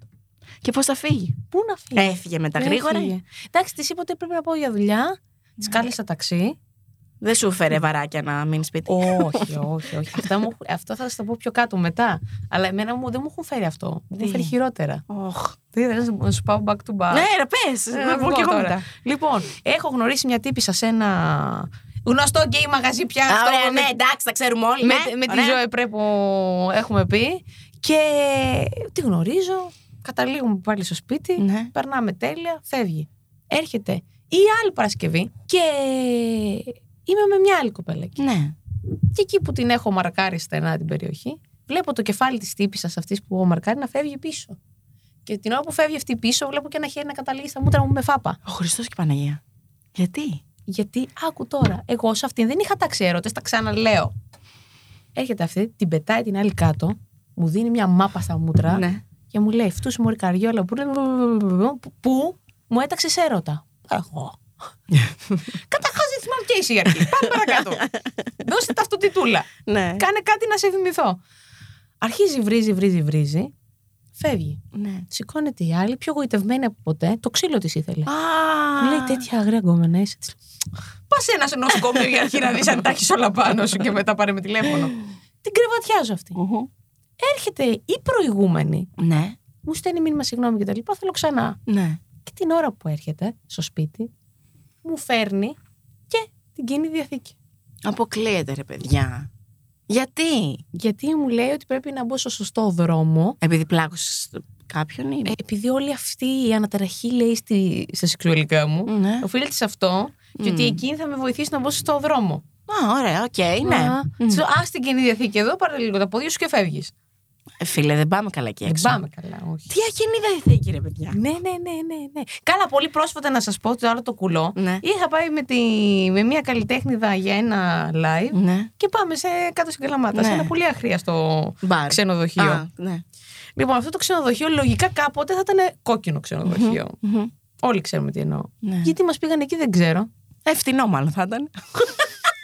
Speaker 2: Και πώ θα φύγει.
Speaker 1: Πού να φύγει.
Speaker 2: Έφυγε μετά γρήγορα.
Speaker 1: Ναι, Έφυγε. Ναι. Εντάξει, της είπα ότι πρέπει να πάω για δουλειά. Της κάλεσα ταξί.
Speaker 2: Δεν σου φέρε βαράκια να μείνεις σπίτι.
Speaker 1: όχι, όχι, όχι. Αυτά μου, αυτό θα σας το πω πιο κάτω μετά. Αλλά εμένα μου, δεν μου έχουν φέρει αυτό. Μου έχουν
Speaker 2: Τι?
Speaker 1: φέρει χειρότερα.
Speaker 2: Οχ.
Speaker 1: Τι να σου- να σου πάω back to back.
Speaker 2: Ναι, ρε, πες.
Speaker 1: Ε,
Speaker 2: Να
Speaker 1: βγω
Speaker 2: βγω κι εγώ
Speaker 1: τώρα.
Speaker 2: μετά.
Speaker 1: Λοιπόν, έχω γνωρίσει μια τύπησα σε ένα γνωστό γκέι μαγαζί πια.
Speaker 2: Α,
Speaker 1: αυτό
Speaker 2: Ωραία,
Speaker 1: με-
Speaker 2: ναι, εντάξει, τα ξέρουμε όλοι.
Speaker 1: με,
Speaker 2: ναι.
Speaker 1: με τη
Speaker 2: Ωραία.
Speaker 1: ζωή πρέπει που έχουμε πει. Και τη γνωρίζω. Καταλήγουμε πάλι στο σπίτι.
Speaker 2: Ναι.
Speaker 1: Περνάμε τέλεια. Φεύγει. Έρχεται η άλλη Παρασκευή και είμαι με μια άλλη κοπέλα. εκεί.
Speaker 2: Ναι.
Speaker 1: Και εκεί που την έχω μαρκάρει στενά την περιοχή, βλέπω το κεφάλι της τύπησα αυτής που έχω μαρκάρει να φεύγει πίσω. Και την ώρα που φεύγει αυτή πίσω, βλέπω και ένα χέρι να καταλήγει στα μούτρα μου με φάπα.
Speaker 2: Ο Χριστός και η Παναγία. Γιατί.
Speaker 1: Γιατί άκου τώρα, εγώ σε αυτήν δεν είχα τάξει έρωτε, τα ξαναλέω. Έρχεται αυτή, την πετάει την άλλη κάτω, μου δίνει μια μάπα στα μούτρα
Speaker 2: Ναι.
Speaker 1: και μου λέει: Φτού μου καριόλα που, που μου έταξες έρωτα. Εγώ. Καταρχάς δεν θυμάμαι και εσύ η αρχή. Πάμε παρακάτω. Δώστε τα αυτοτιτούλα.
Speaker 2: Ναι.
Speaker 1: Κάνε κάτι να σε θυμηθώ. Αρχίζει, βρίζει, βρίζει, βρίζει. Φεύγει.
Speaker 2: Ναι.
Speaker 1: Σηκώνεται η άλλη, πιο γοητευμένη από ποτέ. Το ξύλο της ήθελε.
Speaker 2: Α.
Speaker 1: Μου λέει τέτοια αγραία γκόμενα είσαι. Πα ένα νοσοκομείο για αρχή να δεις αν τα έχεις όλα πάνω σου και μετά πάρε με τηλέφωνο. Την κρεβατιάζω αυτή.
Speaker 2: Ουχου.
Speaker 1: Έρχεται η προηγούμενη,
Speaker 2: Ναι.
Speaker 1: μου στέλνει μήνυμα συγγνώμη και τα λοιπά, θέλω ξανά.
Speaker 2: Ναι.
Speaker 1: Και την ώρα που έρχεται στο σπίτι, μου φέρνει και την κοινή διαθήκη.
Speaker 2: Αποκλείεται, ρε παιδιά. Γιατί.
Speaker 1: Γιατί μου λέει ότι πρέπει να μπω στο σωστό δρόμο
Speaker 2: Επειδή πλάκωσες κάποιον ή.
Speaker 1: Ε, επειδή όλη αυτή η αναταραχή λέει στη, στα σεξουαλικά μου,
Speaker 2: Ναι.
Speaker 1: οφείλεται σε αυτό και ότι
Speaker 2: Μμ.
Speaker 1: εκείνη θα με βοηθήσει να μπω στον δρόμο.
Speaker 2: Α, ωραία, οκ, ναι.
Speaker 1: Α,
Speaker 2: Μμ.
Speaker 1: της λέω, «Ας την κοινή διαθήκη εδώ, πάρε λίγο τα πόδια σου και φεύγεις.
Speaker 2: Ε, Φίλε, δεν πάμε καλά εκεί
Speaker 1: Δεν
Speaker 2: έξω.
Speaker 1: πάμε καλά, όχι.
Speaker 2: Τι ακινήτα η θήκη, ρε παιδιά.
Speaker 1: Ναι, ναι, ναι, ναι, ναι. Καλά, πολύ πρόσφατα να σας πω το άλλο το κουλό.
Speaker 2: Ναι.
Speaker 1: Είχα πάει με, τη, με μια καλλιτέχνηδα για ένα live
Speaker 2: Ναι.
Speaker 1: και πάμε σε κάτω στην Καλαμάτα,
Speaker 2: Ναι.
Speaker 1: σε ένα πολύ αχρίαστο
Speaker 2: Μπαρ.
Speaker 1: ξενοδοχείο.
Speaker 2: Α, ναι.
Speaker 1: Λοιπόν, αυτό το ξενοδοχείο λογικά κάποτε θα ήταν κόκκινο ξενοδοχείο.
Speaker 2: Μμμ.
Speaker 1: Όλοι ξέρουμε τι εννοώ.
Speaker 2: Ναι.
Speaker 1: Γιατί μας πήγαν εκεί δεν ξέρω.
Speaker 2: Ε, φτηνό μάλλον θα ήταν.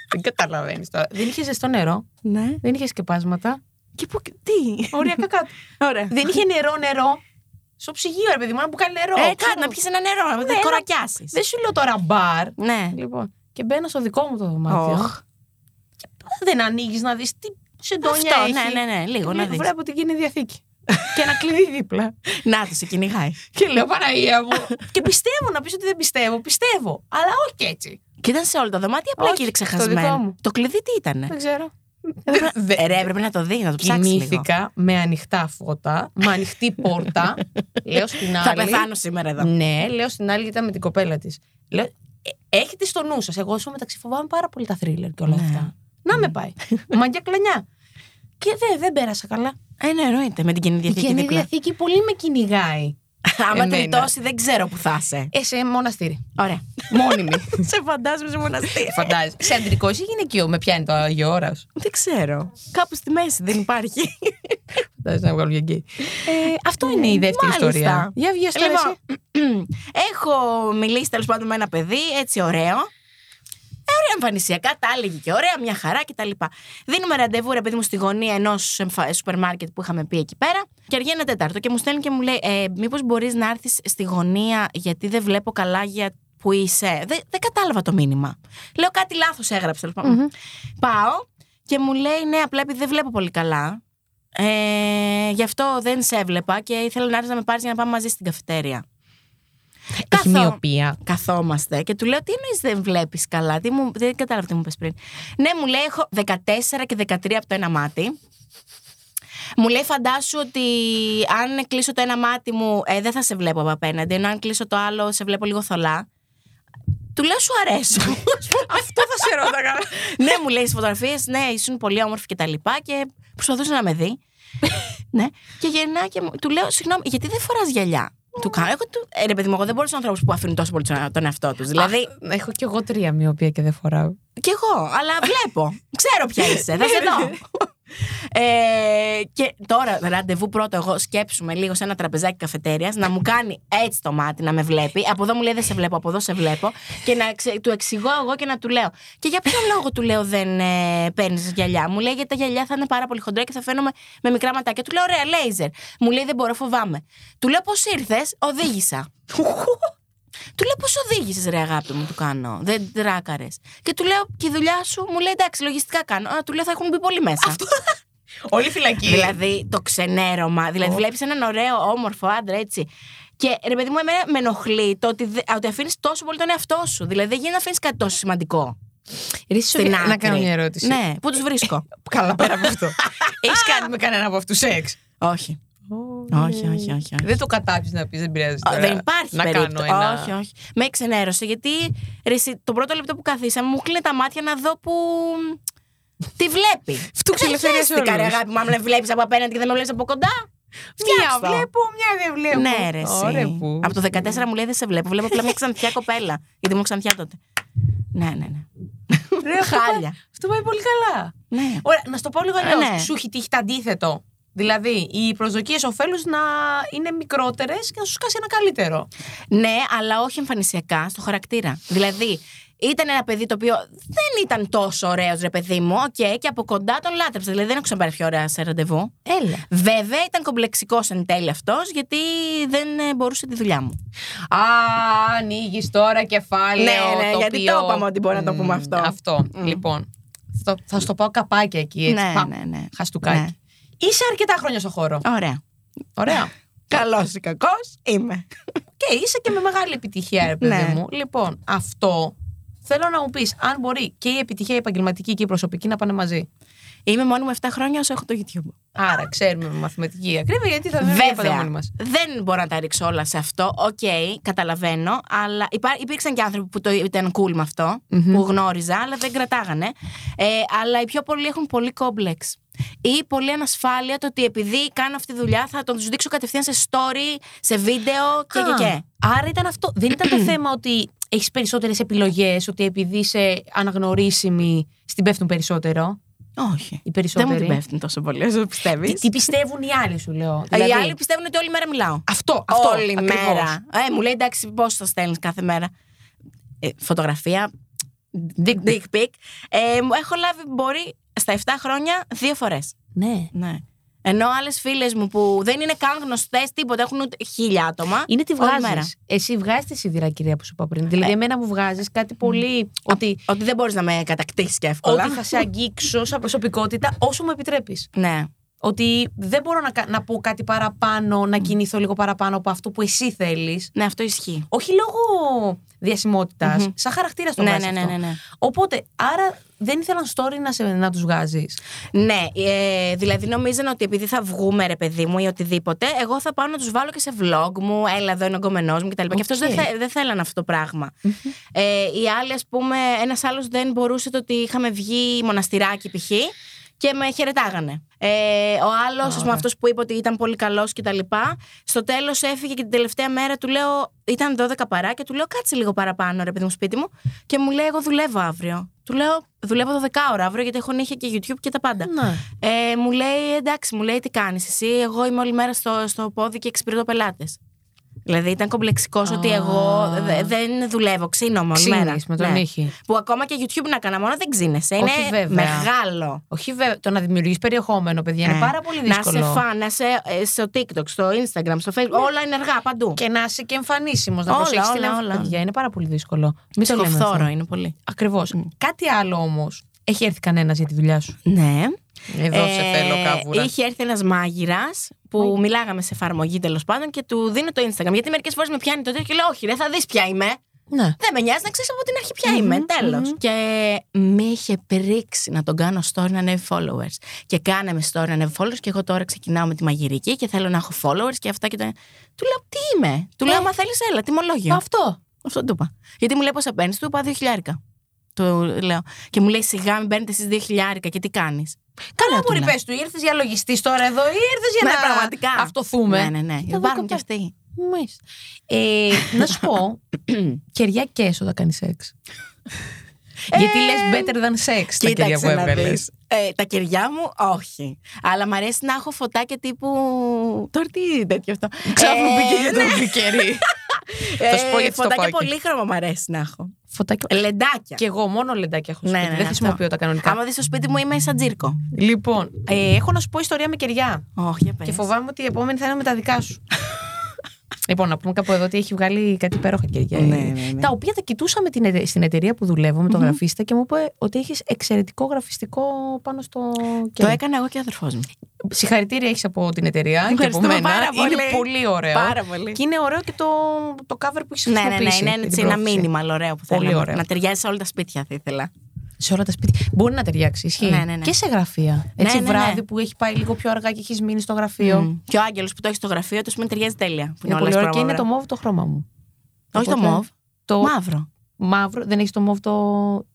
Speaker 1: δεν καταλαβαίνεις τώρα. Δεν είχες ζεστό νερό,
Speaker 2: Ναι.
Speaker 1: δεν είχες σκεπάσματα.
Speaker 2: Και πού. Τι.
Speaker 1: Οριακά κάτω.
Speaker 2: Ωραία.
Speaker 1: Δεν είχε νερό, νερό. Στο ψυγείο, ρε παιδί μου, να που κάνει νερό.
Speaker 2: Ε,
Speaker 1: ξέρω.
Speaker 2: κάτω να πιεις ένα νερό, να
Speaker 1: Ναι,
Speaker 2: δεν κορακιάσεις.
Speaker 1: Δεν σου λέω τώρα μπαρ.
Speaker 2: Ναι.
Speaker 1: Λοιπόν, και μπαίνω στο δικό μου το δωμάτιο.
Speaker 2: Οχ.
Speaker 1: Και δεν ανοίγεις να δεις τι σεντόνια
Speaker 2: Αυτό,
Speaker 1: έχει.
Speaker 2: ναι, ναι, ναι, λίγο να δεις.
Speaker 1: Βλέπω την κοινή διαθήκη. και ένα κλειδί δίπλα.
Speaker 2: Να το σε κυνηγάει.
Speaker 1: Και λέω Παναγία μου. και πιστεύω να πεις ότι δεν πιστεύω. Πιστεύω. Αλλά όχι έτσι.
Speaker 2: Και ήταν σε όλα τα δωμάτια, απλά
Speaker 1: Όχι,
Speaker 2: και είναι
Speaker 1: στο
Speaker 2: ξεχασμένο.
Speaker 1: δικό μου.
Speaker 2: Το κλειδί τι ήταν.
Speaker 1: Δεν ξέρω.
Speaker 2: Ρε, έπρεπε να το δεις, να το ψάξεις λίγο.
Speaker 1: Κοιμήθηκα με ανοιχτά φώτα, με ανοιχτή πόρτα. λέω στην άλλη.
Speaker 2: Θα πεθάνω σήμερα εδώ.
Speaker 1: Ναι, λέω στην άλλη, γιατί ήταν με την κοπέλα της. Λέω, «Ε, έχετε στο νου σας. Εγώ σου μεταξύ φοβάμαι πάρα πολύ τα θρίλερ και όλα
Speaker 2: Ναι.
Speaker 1: αυτά. Να με πάει. Μαγκιά κλανιά. Και δεν, δεν πέρασα καλά.
Speaker 2: Ε, ναι, εννοείται με την κοινή
Speaker 1: Η
Speaker 2: διαθήκη.
Speaker 1: Καινή
Speaker 2: δίπλα.
Speaker 1: Διαθήκη πολύ με κυνηγάει.
Speaker 2: Άμα
Speaker 1: Εμένα.
Speaker 2: τριτώσει, δεν ξέρω που θα είσαι.
Speaker 1: Ε, σε μοναστήρι.
Speaker 2: Ωραία.
Speaker 1: Μόνιμη.
Speaker 2: σε φαντάζομαι σε μοναστήρι.
Speaker 1: Φαντάζεσαι. Σε αντρικό ή γυναικείο, με πιάνει το Άγιο Ωρα.
Speaker 2: Δεν ξέρω. Κάπου στη μέση δεν υπάρχει.
Speaker 1: Φαντάζεσαι να βγάλω για γκέι. Ε, αυτό είναι η δεύτερη
Speaker 2: Μάλιστα.
Speaker 1: ιστορία. Για βγει τώρα
Speaker 2: Λοιπόν,
Speaker 1: εσύ.
Speaker 2: έχω μιλήσει τέλος πάντων με ένα παιδί, έτσι ωραίο. Ε, ωραία εμφανισιακά, τα έλεγε και ωραία, μια χαρά κτλ. Δίνουμε ραντεβού, ρε παιδί μου, στη γωνία ενός σούπερ μάρκετ που είχαμε πει εκεί πέρα. Και αργεί ένα τέταρτο και μου στέλνει και μου λέει: ε, Μήπως μπορείς να έρθεις στη γωνία, γιατί δεν βλέπω καλά για που είσαι. Δεν, δεν κατάλαβα το μήνυμα. Λέω κάτι λάθος έγραψε. τέλος πάντων. Πάω και μου λέει: Ναι, απλά επειδή δεν βλέπω πολύ καλά. Ε, γι' αυτό δεν σε έβλεπα και ήθελα να έρθεις να με πάρεις για να πάμε μαζί στην καφετέρια.
Speaker 1: Έχει
Speaker 2: Καθό-
Speaker 1: μοιοπία.
Speaker 2: Καθόμαστε και του λέω: Τι εννοείς δεν βλέπεις καλά, τι μου, δεν κατάλαβα τι μου είπες πριν. Ναι, μου λέει: Έχω 14 και 13 από το ένα μάτι. Μου λέει: Φαντάσου ότι αν κλείσω το ένα μάτι μου, ε, δεν θα σε βλέπω από απέναντι. Ενώ αν κλείσω το άλλο, σε βλέπω λίγο θολά. Του λέω: Σου αρέσω. Αυτό θα σε ρώταγα. ναι, μου λέει: Στις φωτογραφίες, ναι, ήσουν πολύ όμορφη και τα λοιπά. Και προσπαθούσε να με δει. ναι. Και γεννά και μου, του λέω: Συγγνώμη, γιατί δεν φοράς γυαλιά. Του κάνω. Εγώ του. Ε, ρε παιδί μου, εγώ δεν μπορώ στους ανθρώπους που αφήνουν τόσο πολύ τον- τον εαυτό τους. Δηλαδή.
Speaker 1: Έχω κι εγώ τρία μοιοπία και δεν φοράω.
Speaker 2: Κι εγώ, αλλά βλέπω. Ξέρω ποια είσαι. Θα σε δω. Ε, και τώρα ραντεβού πρώτο εγώ σκέψουμε λίγο σε ένα τραπεζάκι καφετέριας να μου κάνει έτσι το μάτι να με βλέπει από εδώ μου λέει δεν σε βλέπω, από εδώ σε βλέπω και να εξε- του εξηγώ εγώ και να του λέω και για ποιον λόγο του λέω δεν ε, παίρνεις γυαλιά μου λέει γιατί τα γυαλιά θα είναι πάρα πολύ χοντρά και θα φαίνομαι με μικρά ματάκια του λέω ωραία λέιζερ μου λέει δεν μπορώ φοβάμαι του λέω πως ήρθες οδήγησα του λέω πώς οδήγησες, ρε αγάπη μου, του κάνω. Δεν τράκαρες. Και του λέω και η δουλειά σου, μου λέει εντάξει, λογιστικά κάνω. Α, του λέω θα έχουν μπει πολύ μέσα.
Speaker 1: Όλη φυλακή.
Speaker 2: Δηλαδή το ξενέρωμα. Δηλαδή βλέπεις έναν ωραίο, όμορφο άντρα έτσι. Και ρε παιδί μου, εμένα με ενοχλεί το ότι, δε- ότι αφήνεις τόσο πολύ τον εαυτό σου. Δηλαδή δεν γίνεται να αφήνεις κάτι τόσο σημαντικό. Στην άκρη.
Speaker 1: να κάνω μια ερώτηση.
Speaker 2: Ναι, πού τους βρίσκω.
Speaker 1: Καλά, πέρα από αυτό. Έχεις κάνει με κανένα από αυτούς σεξ.
Speaker 2: όχι. Όχι, όχι, όχι. όχι.
Speaker 1: Δεν το κατάφερε να πεις, δεν πειράζει.
Speaker 2: Α,
Speaker 1: Τώρα.
Speaker 2: Δεν υπάρχει
Speaker 1: Ναι, να
Speaker 2: περίπτωση.
Speaker 1: κάνω ένα.
Speaker 2: Όχι, όχι. Με ξενέρωσε γιατί ρε, εσύ, το πρώτο λεπτό που καθίσαμε μου κλείνει τα μάτια να δω που. Τι βλέπει.
Speaker 1: Φτούξε
Speaker 2: Δεν
Speaker 1: ελευθερία σε
Speaker 2: χαίστηκα, ρε
Speaker 1: όλους.
Speaker 2: αγάπη μου, αν με βλέπεις από απέναντι και δεν με βλέπεις από κοντά.
Speaker 1: Μια
Speaker 2: Φτιάξτε το.
Speaker 1: βλέπω, μια δεν βλέπω.
Speaker 2: Ναι, ρε. εσύ.
Speaker 1: Ωραία, που.
Speaker 2: Από το 14 μου λέει δεν σε βλέπω. Βλέπω απλά μια ξανθιά κοπέλα. Γιατί ήμουν ξανθιά τότε. Ναι, ναι, ναι.
Speaker 1: Ρε, αυτό
Speaker 2: Χάλια.
Speaker 1: πάει- Αυτό πάει πολύ καλά.
Speaker 2: ναι.
Speaker 1: Ωραία, να στο πω λίγο
Speaker 2: Ε,
Speaker 1: αλλιώς.
Speaker 2: ναι.
Speaker 1: Σου έχει τύχει το αντίθετο. Δηλαδή, οι προσδοκίες ωφέλους να είναι μικρότερες και να σου σκάσει ένα καλύτερο.
Speaker 2: Ναι, αλλά όχι εμφανισιακά, στο χαρακτήρα. Δηλαδή, ήταν ένα παιδί το οποίο δεν ήταν τόσο ωραίος, ρε παιδί μου, οκ, και από κοντά τον λάτρεψα. Δηλαδή, δεν έχω ξαναπάρει πιο ωραία σε ραντεβού.
Speaker 1: Έλα.
Speaker 2: Βέβαια, ήταν κομπλεξικός εν τέλει αυτός, γιατί δεν ε, μπορούσε τη δουλειά μου.
Speaker 1: Α, ανοίγεις τώρα κεφάλαιο.
Speaker 2: Ναι, ναι,
Speaker 1: το
Speaker 2: γιατί
Speaker 1: οποίο-
Speaker 2: το είπαμε ότι μπορεί να το πούμε
Speaker 1: Μμμ,
Speaker 2: αυτό.
Speaker 1: Αυτό.
Speaker 2: Μμμ.
Speaker 1: Λοιπόν. στο- θα σου το πάω καπάκι εκεί. Έτσι.
Speaker 2: Ναι,
Speaker 1: Πα,
Speaker 2: ναι, ναι.
Speaker 1: Χαστούκάκι.
Speaker 2: Ναι.
Speaker 1: Είσαι αρκετά χρόνια στο χώρο.
Speaker 2: Ωραία.
Speaker 1: Ωραία.
Speaker 2: Καλός ή κακός είμαι.
Speaker 1: Και είσαι και με μεγάλη επιτυχία, ρε παιδί
Speaker 2: Ναι.
Speaker 1: μου. Λοιπόν, αυτό θέλω να μου πεις αν μπορεί και η επιτυχία η επαγγελματική και η προσωπική να πάνε μαζί.
Speaker 2: Είμαι μόνο μου 7 χρόνια όσο έχω το YouTube.
Speaker 1: Άρα ξέρουμε με μαθηματική ακρίβεια γιατί θα δούμε πάντα μόνοι
Speaker 2: Βέβαια.
Speaker 1: μας.
Speaker 2: Δεν μπορώ να τα ρίξω όλα σε αυτό. Οκ, καταλαβαίνω. Αλλά υπά- υπήρξαν και άνθρωποι που το ήταν cool με αυτο που γνώριζα, αλλά δεν κρατάγανε. Ε, αλλά οι πιο πολλοί έχουν πολύ κόμπλεξ. Ή πολλή ανασφάλεια το ότι επειδή κάνω αυτή τη δουλειά θα τον τους δείξω κατευθείαν σε story, σε βίντεο και και και.
Speaker 1: Άρα ήταν αυτό. Δεν ήταν το θέμα ότι έχεις περισσότερες επιλογές, ότι επειδή είσαι αναγνωρίσιμη, στην πέφτουν περισσότερο.
Speaker 2: Όχι.
Speaker 1: Οι
Speaker 2: Δεν μου
Speaker 1: περισσότεροι.
Speaker 2: την πέφτουν τόσο πολύ όσο πιστεύεις.
Speaker 1: τι, τι πιστεύουν οι άλλοι, σου λέω.
Speaker 2: Οι
Speaker 1: Δηλαδή,
Speaker 2: άλλοι πιστεύουν ότι όλη μέρα μιλάω.
Speaker 1: Αυτό, αυτό.
Speaker 2: Όλη
Speaker 1: ακριβώς.
Speaker 2: μέρα. Ε, μου λέει εντάξει, πώς το στέλνεις κάθε μέρα. Ε, φωτογραφία. Dick, dick pic. Ε, μου έχω λάβει μπορεί στα 7 χρόνια δύο φορές.
Speaker 1: Ναι.
Speaker 2: Ναι. Ενώ άλλες φίλες μου που δεν είναι καν γνωστές, τίποτα, έχουν ούτε χίλια άτομα.
Speaker 1: Είναι τι
Speaker 2: όλη μέρα.
Speaker 1: βγάζει. Εσύ βγάζεις τη σιδηρά, κυρία που σου είπα
Speaker 2: Ε.
Speaker 1: πριν. Δηλαδή, εμένα μου βγάζεις κάτι πολύ. Ότι,
Speaker 2: Ότι δεν μπορείς να με κατακτήσεις και εύκολα.
Speaker 1: ότι θα σε αγγίξω σαν προσωπικότητα όσο μου επιτρέπεις.
Speaker 2: Ναι.
Speaker 1: Ότι δεν μπορώ να, κα- να πω κάτι παραπάνω, να κινηθώ λίγο παραπάνω από αυτό που εσύ θέλεις.
Speaker 2: ναι, αυτό ισχύει.
Speaker 1: Όχι λόγω διασημότητας,
Speaker 2: Μμμ.
Speaker 1: σαν χαρακτήρα στο
Speaker 2: Ναι,
Speaker 1: βάζεις
Speaker 2: ναι, ναι,
Speaker 1: αυτό.
Speaker 2: ναι, ναι.
Speaker 1: Οπότε, άρα δεν ήθελαν story να, σε, να τους βγάζεις.
Speaker 2: Ναι, ε, δηλαδή νομίζαν ότι επειδή θα βγούμε, ρε παιδί μου ή οτιδήποτε, εγώ θα πάω να τους βάλω και σε vlog μου, έλα εδώ είναι ο γκομενό μου κτλ. Και αυτός δεν, θε, δεν θέλαν αυτό το πράγμα. ε, οι άλλοι, ας πούμε, ένας άλλος δεν μπορούσε το ότι είχαμε βγει μοναστηράκι π.χ. και με χαιρετάγανε. Ε, ο άλλος, ας πούμε, αυτός που είπε ότι ήταν πολύ καλός κτλ. Στο τέλος έφυγε και την τελευταία μέρα του λέω, ήταν 12 παρά και του λέω κάτσε λίγο παραπάνω, ρε παιδί μου, σπίτι μου. Και μου λέει, Εγώ δουλεύω αύριο. Του λέω, Δουλεύω 12 ώρα αύριο γιατί έχω νύχια και YouTube και τα πάντα.
Speaker 3: Ναι.
Speaker 2: Ε, μου λέει, εντάξει, μου λέει τι κάνεις εσύ. Εγώ είμαι όλη μέρα στο, στο πόδι και εξυπηρετώ πελάτες. Δηλαδή ήταν κομπλεξικός ότι εγώ δε- δεν δουλεύω, ξύνω όλη μέρα. Ναι.
Speaker 3: Ξύνεις με τον ήχη.
Speaker 2: Που ακόμα και YouTube να κάνω μόνο δεν ξύνεσαι. Είναι
Speaker 1: Όχι, βέβαια.
Speaker 2: μεγάλο.
Speaker 1: Όχι βέβαια. Το να δημιουργείς περιεχόμενο, παιδιά,
Speaker 2: Ε,
Speaker 1: είναι πάρα πολύ δύσκολο. Ναι.
Speaker 2: Να σε φαν, να σε ε, στο TikTok, στο Instagram, στο Facebook. Όλα είναι αργά παντού.
Speaker 1: Και να είσαι και εμφανίσιμος, να
Speaker 2: Όλα,
Speaker 1: προσέχεις την
Speaker 2: όλα,
Speaker 1: εμφ-
Speaker 2: όλα.
Speaker 1: Παιδιά, είναι πάρα πολύ δύσκολο. Μην το λέμε.
Speaker 2: Ψυχοφθόρο είναι πολύ.
Speaker 1: Ακριβώς. Κάτι άλλο όμως. Έχει έρθει κανένας για τη δουλειά σου.
Speaker 2: Ναι. Ε,
Speaker 1: Εδώ σε θέλω κάβουρα.
Speaker 2: Είχε έρθει ένας μάγειρας που μιλάγαμε σε εφαρμογή τέλος πάντων και του δίνω το Instagram. Γιατί μερικές φορές με πιάνει το τέτοιο και λέω: Όχι, ρε, θα δεις ποια είμαι.
Speaker 1: Ναι.
Speaker 2: Δεν με νοιάζει να ξέρεις από την αρχή ποια είμαι. Τέλος. Και με είχε πρίξει να τον κάνω story να ανέβει followers. Και κάναμε story να ανέβει followers και εγώ τώρα ξεκινάω με τη μαγειρική και θέλω να έχω followers και αυτά και τα. Του λέω τι είμαι. Του λέω, Μα θέλεις, έλα, τιμολόγιο.
Speaker 1: Ε. Αυτό.
Speaker 2: Αυτό του είπα. Γιατί μου λέει πώς παίρνεις, του είπα δύο χιλιάρικα. Του λέω. Και μου λέει σιγά, μην παίρνετε εσείς δύο χιλιάρικα και τι κάνεις.
Speaker 1: Καλά,
Speaker 2: του
Speaker 1: μπορεί
Speaker 2: ναι. λέω.
Speaker 1: πε του, ήρθες για λογιστής τώρα εδώ ή ήρθες για
Speaker 2: Ναι,
Speaker 1: να
Speaker 2: πραγματικά.
Speaker 1: αυτοθούμε.
Speaker 2: Ναι, ναι, ναι.
Speaker 1: το δέκα
Speaker 2: Υπάρχουν και αυτοί.
Speaker 1: Μάλιστα. Ε, να σου πω, κεριά και έσοδα κάνεις σεξ. Γιατί λες better than sex τα κεριά που
Speaker 2: Ε, Κοίταξε να
Speaker 1: έβγαλε.
Speaker 2: δεις. Ε, τα κεριά μου, όχι. Αλλά μ' αρέσει να έχω φωτάκια τύπου. Τώρα τι τέτοιο αυτό.
Speaker 1: Ξάφνου
Speaker 2: Ε,
Speaker 1: μπήκε
Speaker 2: ναι. Ε,
Speaker 1: το μπικερί. Θα σου πω γιατί στο
Speaker 2: Φωτάκια
Speaker 1: πάω εκεί.
Speaker 2: πολύχρωμα μ' αρέσει να έχω.
Speaker 1: Φωτάκι.
Speaker 2: Λεντάκια.
Speaker 1: Και εγώ μόνο λεντάκια έχω
Speaker 2: Ναι,
Speaker 1: σπίτι.
Speaker 2: ναι,
Speaker 1: Δεν
Speaker 2: αυτό.
Speaker 1: χρησιμοποιώ τα κανονικά.
Speaker 2: Άμα δεις στο σπίτι μου είμαι σαν τζίρκο.
Speaker 1: Λοιπόν, ε, έχω να σου πω ιστορία με κεριά.
Speaker 2: Όχι, για πες.
Speaker 1: Και φοβάμαι ότι η επόμενη θα είναι με τα δικά σου. λοιπόν, να πούμε κάπου εδώ ότι έχει βγάλει κάτι υπέροχα κεριά.
Speaker 2: Ναι, ναι, ναι.
Speaker 1: Τα οποία τα κοιτούσα με την, εται- στην εταιρεία που δουλεύω, με τον γραφίστα και μου είπε ότι έχεις εξαιρετικό γραφιστικό πάνω στο
Speaker 2: Το
Speaker 1: κερί.
Speaker 2: έκανα εγώ και ο αδερφός μου.
Speaker 1: Συγχαρητήρια έχεις από την εταιρεία και από
Speaker 2: Ευχαριστούμε
Speaker 1: μένα.
Speaker 2: πάρα
Speaker 1: Είναι
Speaker 2: πολύ.
Speaker 1: πολύ ωραίο.
Speaker 2: Πάρα πολύ.
Speaker 1: Και είναι ωραίο και το, το cover που έχεις
Speaker 2: Ναι, ναι, ναι,
Speaker 1: χρησιμοποιήσει.
Speaker 2: είναι
Speaker 1: για
Speaker 2: έτσι
Speaker 1: την
Speaker 2: ένα
Speaker 1: πρόθεση.
Speaker 2: μήνυμα ωραίο που
Speaker 1: Πολύ
Speaker 2: θέλαμε.
Speaker 1: ωραίο.
Speaker 2: Να ταιριάζει σε όλα τα σπίτια, θα ήθελα.
Speaker 1: Σε όλα τα σπίτια. Μπορεί να ταιριάξει. Ισχύει.
Speaker 2: Ναι, ναι, ναι.
Speaker 1: Και σε γραφεία. Έτσι,
Speaker 2: ναι, ναι.
Speaker 1: βράδυ που έχει πάει λίγο πιο αργά και έχεις μείνει στο γραφείο.
Speaker 2: Μμ. Και ο Άγγελος που το έχει στο γραφείο του σημαίνει ταιριάζει τέλεια. Που
Speaker 1: Είναι
Speaker 2: όλα
Speaker 1: πολύ ωραίο και είναι
Speaker 2: σπρώμαυρα.
Speaker 1: το μόβ το χρώμα μου.
Speaker 2: Όχι το
Speaker 1: Οπότε,
Speaker 2: μοβ.
Speaker 1: Το
Speaker 2: Μαύρο.
Speaker 1: μαύρο. Δεν έχεις το μόβ το.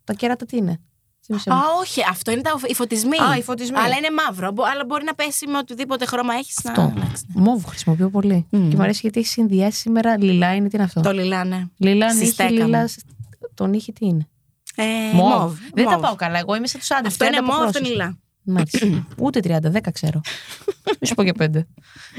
Speaker 1: Τα κέρατα τι είναι. Θύμισε
Speaker 2: Α,
Speaker 1: μου.
Speaker 2: όχι, αυτό είναι τα, οι φωτισμοί.
Speaker 1: Α, οι φωτισμοί.
Speaker 2: Αλλά είναι μαύρο. μπο- Αλλά μπορεί να πέσει με οτιδήποτε χρώμα έχεις να
Speaker 1: Αυτό.
Speaker 2: αλλάξεις. ναι.
Speaker 1: Μόβ χρησιμοποιώ πολύ. Και μου αρέσει γιατί έχει συνδυάσει σήμερα λιλά είναι τι είναι αυτό.
Speaker 2: Το λιλά, ναι.
Speaker 1: Λιλά νύχι,
Speaker 2: συστέκαμε.
Speaker 1: λιλά. Τον νύχι τι είναι.
Speaker 2: Ε,
Speaker 1: Μόβ.
Speaker 2: μοβ.
Speaker 1: Δεν τα
Speaker 2: Μόβ.
Speaker 1: πάω καλά. Εγώ είμαι σε τους άντρες.
Speaker 2: Αυτό είναι μόβ, αυτό είναι λιλά.
Speaker 1: Μάλιστα. Ούτε 30, 10 ξέρω. Μη σου πω και 5.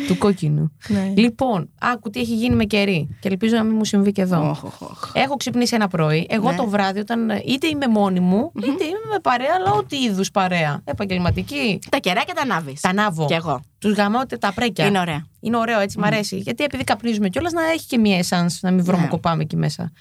Speaker 1: Του κόκκινου.
Speaker 2: Ναι.
Speaker 1: Λοιπόν, άκου τι έχει γίνει με κερί. Και ελπίζω να μην μου συμβεί και εδώ.
Speaker 2: Οχ, οχ, οχ.
Speaker 1: Έχω ξυπνήσει ένα πρωί.
Speaker 2: Ναι.
Speaker 1: Εγώ το βράδυ, όταν ε, είτε είμαι μόνη μου, είτε είμαι με παρέα, αλλά ό,τι είδους παρέα. Επαγγελματική.
Speaker 2: Τα κεράκια τα ανάβεις.
Speaker 1: Τα ανάβω.
Speaker 2: Κι εγώ.
Speaker 1: Τους γαμάω τε- τα πρέκια.
Speaker 2: Είναι ωραία.
Speaker 1: Είναι ωραίο, έτσι, μ' αρέσει. Γιατί επειδή καπνίζουμε κιόλας, να έχει και μία εσάν, να μην βρωμοκοπάμε εκεί μέσα.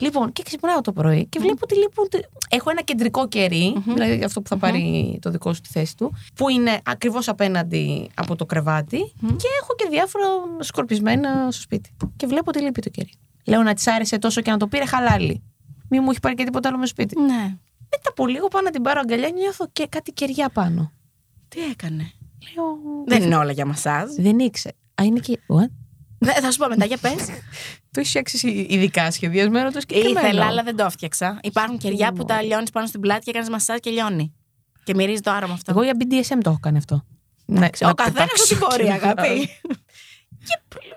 Speaker 1: Λοιπόν, και ξυπνάω το πρωί και βλέπω ότι λείπουν. τε- Έχω ένα κεντρικό κερί, δηλαδή αυτό που θα πάρει το δικό σου τη θέση του, που είναι ακριβώς απέναντι από το κρεβάτι και έχω και διάφορα σκορπισμένα στο σπίτι. Και βλέπω ότι λείπει το κερί. Λέω να της άρεσε τόσο και να το πήρε χαλάλι. Μη μου έχει πάρει και τίποτα άλλο με σπίτι.
Speaker 2: Ναι.
Speaker 1: Μετά από λίγο πάω να την πάρω αγκαλιά, νιώθω και κάτι κεριά πάνω.
Speaker 2: Τι έκανε.
Speaker 1: Λέω.
Speaker 2: Δεν είναι όλα για μασάζ.
Speaker 1: Δεν ήξερα. Α, είναι και. What?
Speaker 2: Δε- Θα σου πω μετά για πες.
Speaker 1: Το έχει φτιάξει ειδικά σχεδιασμένος το συγκεκριμένο.
Speaker 2: Ε, Ήθελα, αλλά δεν το έφτιαξα. Υπάρχουν κεριά που τα λιώνεις πάνω στην πλάτη και κάνεις μασάζ και λιώνει. Και μυρίζει το άρωμα αυτό.
Speaker 1: Εγώ για BDSM το έχω κάνει αυτό. Ναι,
Speaker 2: Ο καθένας ό,τι μπορεί, αγάπη.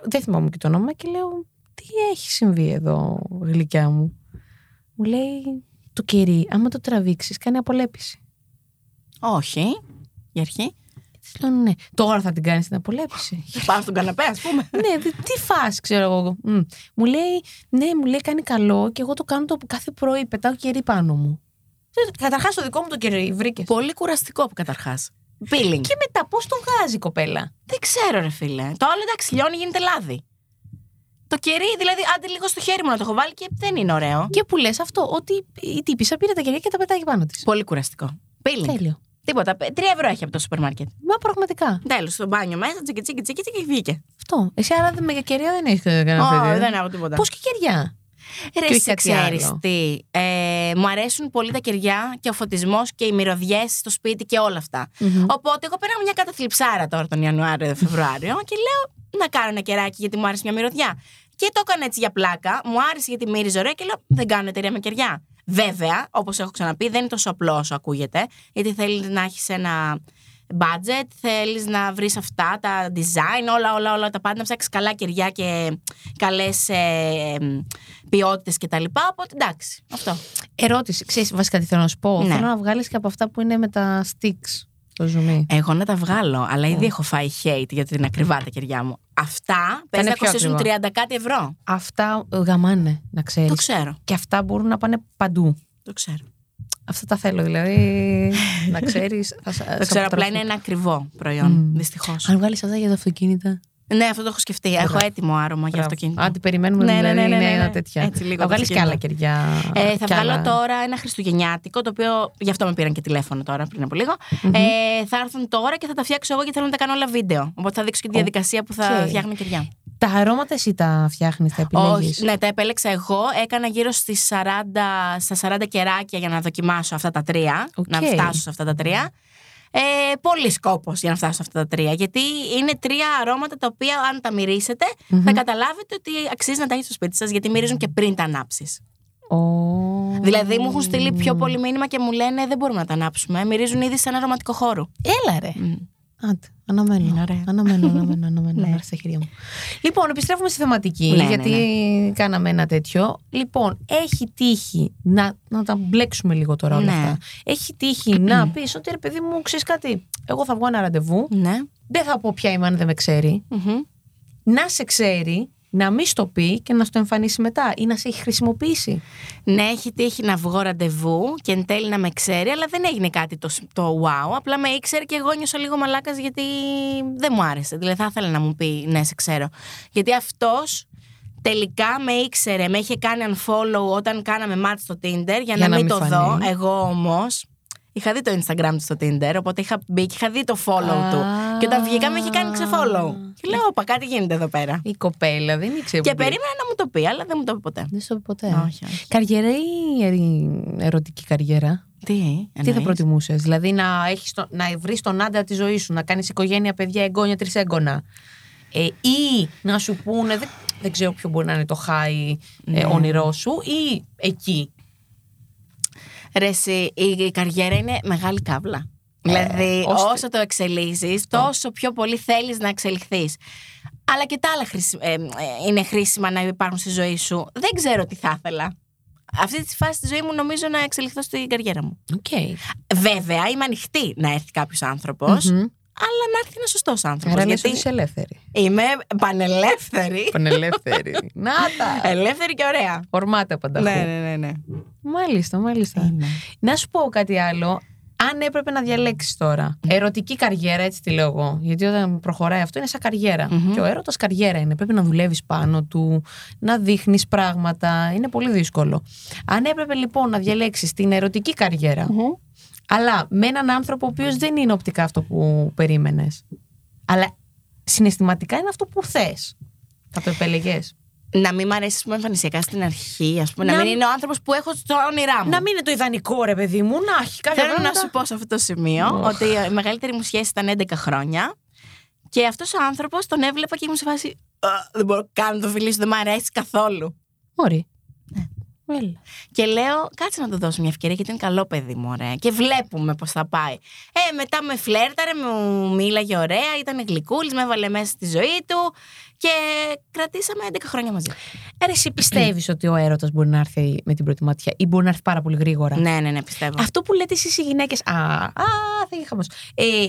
Speaker 1: Δεν θυμάμαι και το όνομα και λέω τι έχει συμβεί εδώ γλυκιά μου. Μου λέει το κερί, άμα το τραβήξεις κάνει απολέπιση.
Speaker 2: Όχι. Για αρχή.
Speaker 1: Της λέω ναι, τώρα θα την κάνεις την απολέπιση.
Speaker 2: Πάνω στον καναπέ, ας πούμε.
Speaker 1: ναι, δε- τι φας ξέρω εγώ. Μμ. Μου λέει, ναι, μου λέει κάνει καλό και εγώ το κάνω το κάθε πρωί, πετάω κερί πάνω μου. Καταρχάς το δικό μου το κερί βρήκες.
Speaker 2: Πολύ κουραστικό καταρχάς. Peeling.
Speaker 1: Και μετά πώς τον βγάζει η κοπέλα.
Speaker 2: Δεν ξέρω, ρε φίλε. Το άλλο εντάξει, λιώνει, γίνεται λάδι. Το κερί, δηλαδή, άντε λίγο στο χέρι μου να το έχω βάλει και δεν είναι ωραίο.
Speaker 1: Και που λες αυτό, ότι η τύπησα πήρε τα κεριά και τα πετάει πάνω της.
Speaker 2: Πολύ κουραστικό. Peeling.
Speaker 1: Τέλειο.
Speaker 2: Τίποτα. πε- Τρία ευρώ έχει από το σούπερ μάρκετ.
Speaker 1: Μα πραγματικά.
Speaker 2: Τέλος, στο μπάνιο μέσα, τσίκι τσίκι τσίκι τσίκι, και βγήκε.
Speaker 1: Αυτό. Εσύ άρα δεν- με κεριά δεν έχεις κανένα
Speaker 2: Ω,
Speaker 1: παιδί.
Speaker 2: δεν έχω τίποτα.
Speaker 1: Πώς και κεριά. και
Speaker 2: Ρε,
Speaker 1: όχι
Speaker 2: σε
Speaker 1: κάτι
Speaker 2: ξέρεις
Speaker 1: άλλο.
Speaker 2: τι. Ε, μου αρέσουν πολύ τα κεριά και ο φωτισμός και οι μυρωδιές στο σπίτι και όλα αυτά. Οπότε εγώ πέρανα μια καταθλιψάρα τώρα τον Ιανουάριο, Φεβρουάριο και λέω να κάνω ένα κεράκι γιατί μου άρεσε μια μυρωδιά. Και το έκανα έτσι για πλάκα, μου άρεσε γιατί μύριζε ωραία και λέω δεν κάνω εταιρεία με κεριά. Βέβαια, όπως έχω ξαναπεί, δεν είναι τόσο απλό όσο ακούγεται, γιατί θέλεις να έχεις ένα budget, θέλεις να βρεις αυτά, τα design, όλα, όλα, όλα τα πάντα, να ψάξεις καλά κεριά και καλές ε, ποιότητε κτλ. Οπότε εντάξει, αυτό.
Speaker 1: Ερώτηση. Ξέρεις βασικά τι θέλω να σου πω.
Speaker 2: Ναι.
Speaker 1: Θέλω να βγάλεις και από αυτά που είναι με τα sticks το ζουμί.
Speaker 2: Εγώ να τα βγάλω, αλλά ήδη έχω φάει hate γιατί είναι ακριβά τα κεριά μου. Αυτά πες
Speaker 1: είναι
Speaker 2: να
Speaker 1: πιο
Speaker 2: κοστίζουν 30
Speaker 1: ακριβά.
Speaker 2: κάτι ευρώ.
Speaker 1: Αυτά ε, γαμάνε, να ξέρεις.
Speaker 2: Το ξέρω,
Speaker 1: Και αυτά μπορούν να πάνε παντού.
Speaker 2: το ξέρω.
Speaker 1: Αυτά τα θέλω, δηλαδή. να ξέρεις.
Speaker 2: Το ξέρω, απλά είναι ένα ακριβό προϊόν, δυστυχώς.
Speaker 1: Αν βγάλεις αυτά για τα αυτοκίνητα.
Speaker 2: Mm. Ναι, αυτό το έχω σκεφτεί. Έχω έτοιμο άρωμα για αυτοκίνητο.
Speaker 1: Αν την περιμένουμε,
Speaker 2: Ναι, ναι,
Speaker 1: δηλαδή,
Speaker 2: ναι, ναι,
Speaker 1: είναι
Speaker 2: ναι, ναι.
Speaker 1: τέτοια.
Speaker 2: Έτσι, λίγο
Speaker 1: θα βγάλει
Speaker 2: το
Speaker 1: και άλλα κεριά.
Speaker 2: Ε, θα
Speaker 1: κι
Speaker 2: βγάλω
Speaker 1: άλλα.
Speaker 2: τώρα ένα χριστουγεννιάτικο, το οποίο γι' αυτό με πήραν και τηλέφωνο τώρα πριν από λίγο. Ε, θα έρθουν τώρα και θα τα φτιάξω εγώ και θέλω να τα κάνω όλα βίντεο. Οπότε θα δείξω και τη διαδικασία που θα
Speaker 1: Οκ.
Speaker 2: φτιάχνω κεριά.
Speaker 1: Τα αρώματα εσύ τα φτιάχνεις, τα επιλέγεις.
Speaker 2: ναι, τα επέλεξα εγώ. Έκανα γύρω στις 40, στα 40 κεράκια για να δοκιμάσω αυτά τα τρία.
Speaker 1: Οκ.
Speaker 2: Να φτάσω σε αυτά τα τρία. Ε, πολύ σκόπος για να φτάσω σε αυτά τα τρία. Γιατί είναι τρία αρώματα τα οποία, αν τα μυρίσετε, θα καταλάβετε ότι αξίζει να τα έχετε στο σπίτι σας, γιατί μυρίζουν και πριν τα ανάψεις. Δηλαδή, μου έχουν στείλει πιο πολύ μήνυμα και μου λένε δεν μπορούμε να τα ανάψουμε. Μυρίζουν ήδη σαν αρωματικό χώρο.
Speaker 1: Έλα ρε. Άντε, αναμένω.
Speaker 2: Είναι ωραία.
Speaker 1: Αναμένω, αναμένω, αναμένω. Να έρθει στα χέρια μου. Λοιπόν, επιστρέφουμε στη θεματική,
Speaker 2: Ναι, ναι,
Speaker 1: γιατί κάναμε ένα τέτοιο. Λοιπόν, έχει τύχει να, να τα μπλέξουμε λίγο τώρα όλα
Speaker 2: Ναι.
Speaker 1: αυτά. Έχει τύχει να πεις ότι ρε παιδί μου, ξέρεις κάτι. Εγώ θα βγω ένα ραντεβού.
Speaker 2: Ναι.
Speaker 1: Δεν θα πω ποια είμαι αν δεν με ξέρει.
Speaker 2: Μμμ.
Speaker 1: Να σε ξέρει, να μη στο πει και να στο εμφανίσει μετά ή να σε έχει χρησιμοποιήσει.
Speaker 2: Ναι, έχει τύχει να βγω ραντεβού και εν τέλει να με ξέρει, αλλά δεν έγινε κάτι το, σ- το wow. Απλά με ήξερε και εγώ νιώσα λίγο μαλάκας γιατί δεν μου άρεσε. Δηλαδή, θα ήθελα να μου πει ναι, σε ξέρω. Γιατί αυτός τελικά με ήξερε, με είχε κάνει unfollow όταν κάναμε match στο Tinder για να,
Speaker 1: να
Speaker 2: μην,
Speaker 1: μην
Speaker 2: το
Speaker 1: φανεί.
Speaker 2: δω. Εγώ όμως. Είχα δει το Instagram του στο Tinder, οπότε είχα μπει και είχα δει το follow
Speaker 1: Α.
Speaker 2: του. Και όταν βγήκαμε είχε κάνει ξεφόλlow. Και λέω, όπα, κάτι γίνεται εδώ πέρα.
Speaker 1: Η κοπέλα δεν ήξερε.
Speaker 2: Και
Speaker 1: που μπλέκ-
Speaker 2: περίμενα να μου το πει, αλλά δεν μου το πει ποτέ.
Speaker 1: Δεν στο πει ποτέ.
Speaker 2: Όχι, όχι.
Speaker 1: Καριέρα ή ερη- ερωτική καριέρα.
Speaker 2: Τι,
Speaker 1: Τι θα
Speaker 2: εννοείς?
Speaker 1: προτιμούσες, Δηλαδή να, έχεις το, να βρεις τον άντρα της ζωής σου, να κάνεις οικογένεια, παιδιά, εγγόνια, τρισέγγωνα. Ε, ή να σου πούνε, δεν, δεν ξέρω ποιο μπορεί να είναι το high ε, όνειρό σου, ή εκεί.
Speaker 2: Ρε, εσύ, η, η καριέρα είναι μεγάλη κάβλα. δηλαδή,
Speaker 1: ώστε-
Speaker 2: όσο το εξελίσσει, τόσο πιο πολύ θέλεις να εξελιχθείς. Αλλά και τα άλλα χρήσι- ε, ε, είναι χρήσιμα να υπάρχουν στη ζωή σου. Δεν ξέρω τι θα ήθελα. Αυτή τη φάση τη ζωή μου νομίζω να εξελιχθώ στην καριέρα μου.
Speaker 1: Okay.
Speaker 2: Βέβαια, είμαι ανοιχτή να έρθει κάποιος αλλά να έρθει ένας σωστός άνθρωπος.
Speaker 1: Άρα λες
Speaker 2: Γιατί
Speaker 1: ότι είσαι ελεύθερη.
Speaker 2: είμαι πανελεύθερη.
Speaker 1: Πανελεύθερη. Να τα!
Speaker 2: ελεύθερη και ωραία.
Speaker 1: Ορμάτα πανταχού.
Speaker 2: ναι, ναι. ναι.
Speaker 1: Μάλιστα, μάλιστα. Να σου πω κάτι άλλο. Αν έπρεπε να διαλέξεις τώρα. Ερωτική καριέρα, έτσι τη λέω εγώ. Γιατί όταν προχωράει αυτό είναι σαν καριερα Και ο έρωτας καριέρα είναι. Πρέπει να δουλεύεις πάνω του, να δείχνεις πράγματα. Είναι πολύ δύσκολο. Αν έπρεπε λοιπόν να διαλέξεις την ερωτική καριέρα, αλλά με έναν άνθρωπο ο οποίος δεν είναι οπτικά αυτό που περίμενες, αλλά συναισθηματικά είναι αυτό που θες. Θα το επέλεγες.
Speaker 2: Να μην μ' αρέσει ας πούμε, εμφανισιακά στην αρχή, ας πούμε. Να,
Speaker 1: Να-
Speaker 2: μην είναι ο άνθρωπος που έχω στο όνειρά μου.
Speaker 1: Να μην είναι το ιδανικό, ρε παιδί μου, να έχει κάποια
Speaker 2: Θέλω να
Speaker 1: πράγματα.
Speaker 2: σου πω σε αυτό το σημείο ότι η μεγαλύτερη μου σχέση ήταν 11 χρόνια και αυτός ο άνθρωπος τον έβλεπα και ήμουν σε φάση. «Α, Δεν μπορώ καν να το φιλήσω, δεν μ' αρέσει καθόλου.
Speaker 1: Ωραία. Ναι. Έλα.
Speaker 2: Και λέω, κάτσε να του δώσω μια ευκαιρία γιατί είναι καλό παιδί μου, ωραία. Και βλέπουμε πώς θα πάει. Ε, μετά με φλέρταρε, μου μίλαγε ωραία, ήταν γλυκούλης, με έβαλε μέσα στη ζωή του και κρατήσαμε 11 χρόνια μαζί.
Speaker 1: Άρα Ε, εσύ πιστεύεις ότι ο έρωτας μπορεί να έρθει με την πρώτη ματιά ή μπορεί να έρθει πάρα πολύ γρήγορα.
Speaker 2: Ναι, ναι, ναι, πιστεύω.
Speaker 1: Αυτό που λέτε εσείς οι γυναίκες. Α, α, θα είχε χαμός. Ε,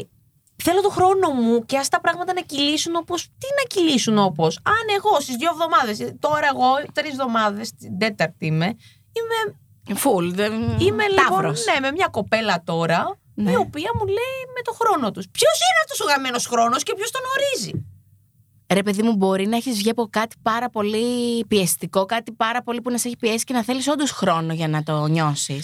Speaker 1: θέλω τον χρόνο μου και ας τα πράγματα να κυλήσουν όπως. Τι να κυλήσουν όπως. Αν εγώ στις δύο εβδομάδες, τώρα εγώ τρεις εβδομάδες, την τέταρτη είμαι, είμαι,
Speaker 2: Φουλ. Δεν...
Speaker 1: είμαι λοιπόν.
Speaker 2: Ταύρος.
Speaker 1: Ναι, με μια κοπέλα τώρα.
Speaker 2: Ναι.
Speaker 1: η οποία μου λέει με το χρόνο τους. Ποιος είναι αυτός ο γαμμένος χρόνος και ποιος τον ορίζει.
Speaker 2: Ρε παιδί μου, μπορεί να έχεις βγει από κάτι πάρα πολύ πιεστικό, κάτι πάρα πολύ που να σε έχει πιέσει και να θέλεις όντως χρόνο για να το νιώσεις.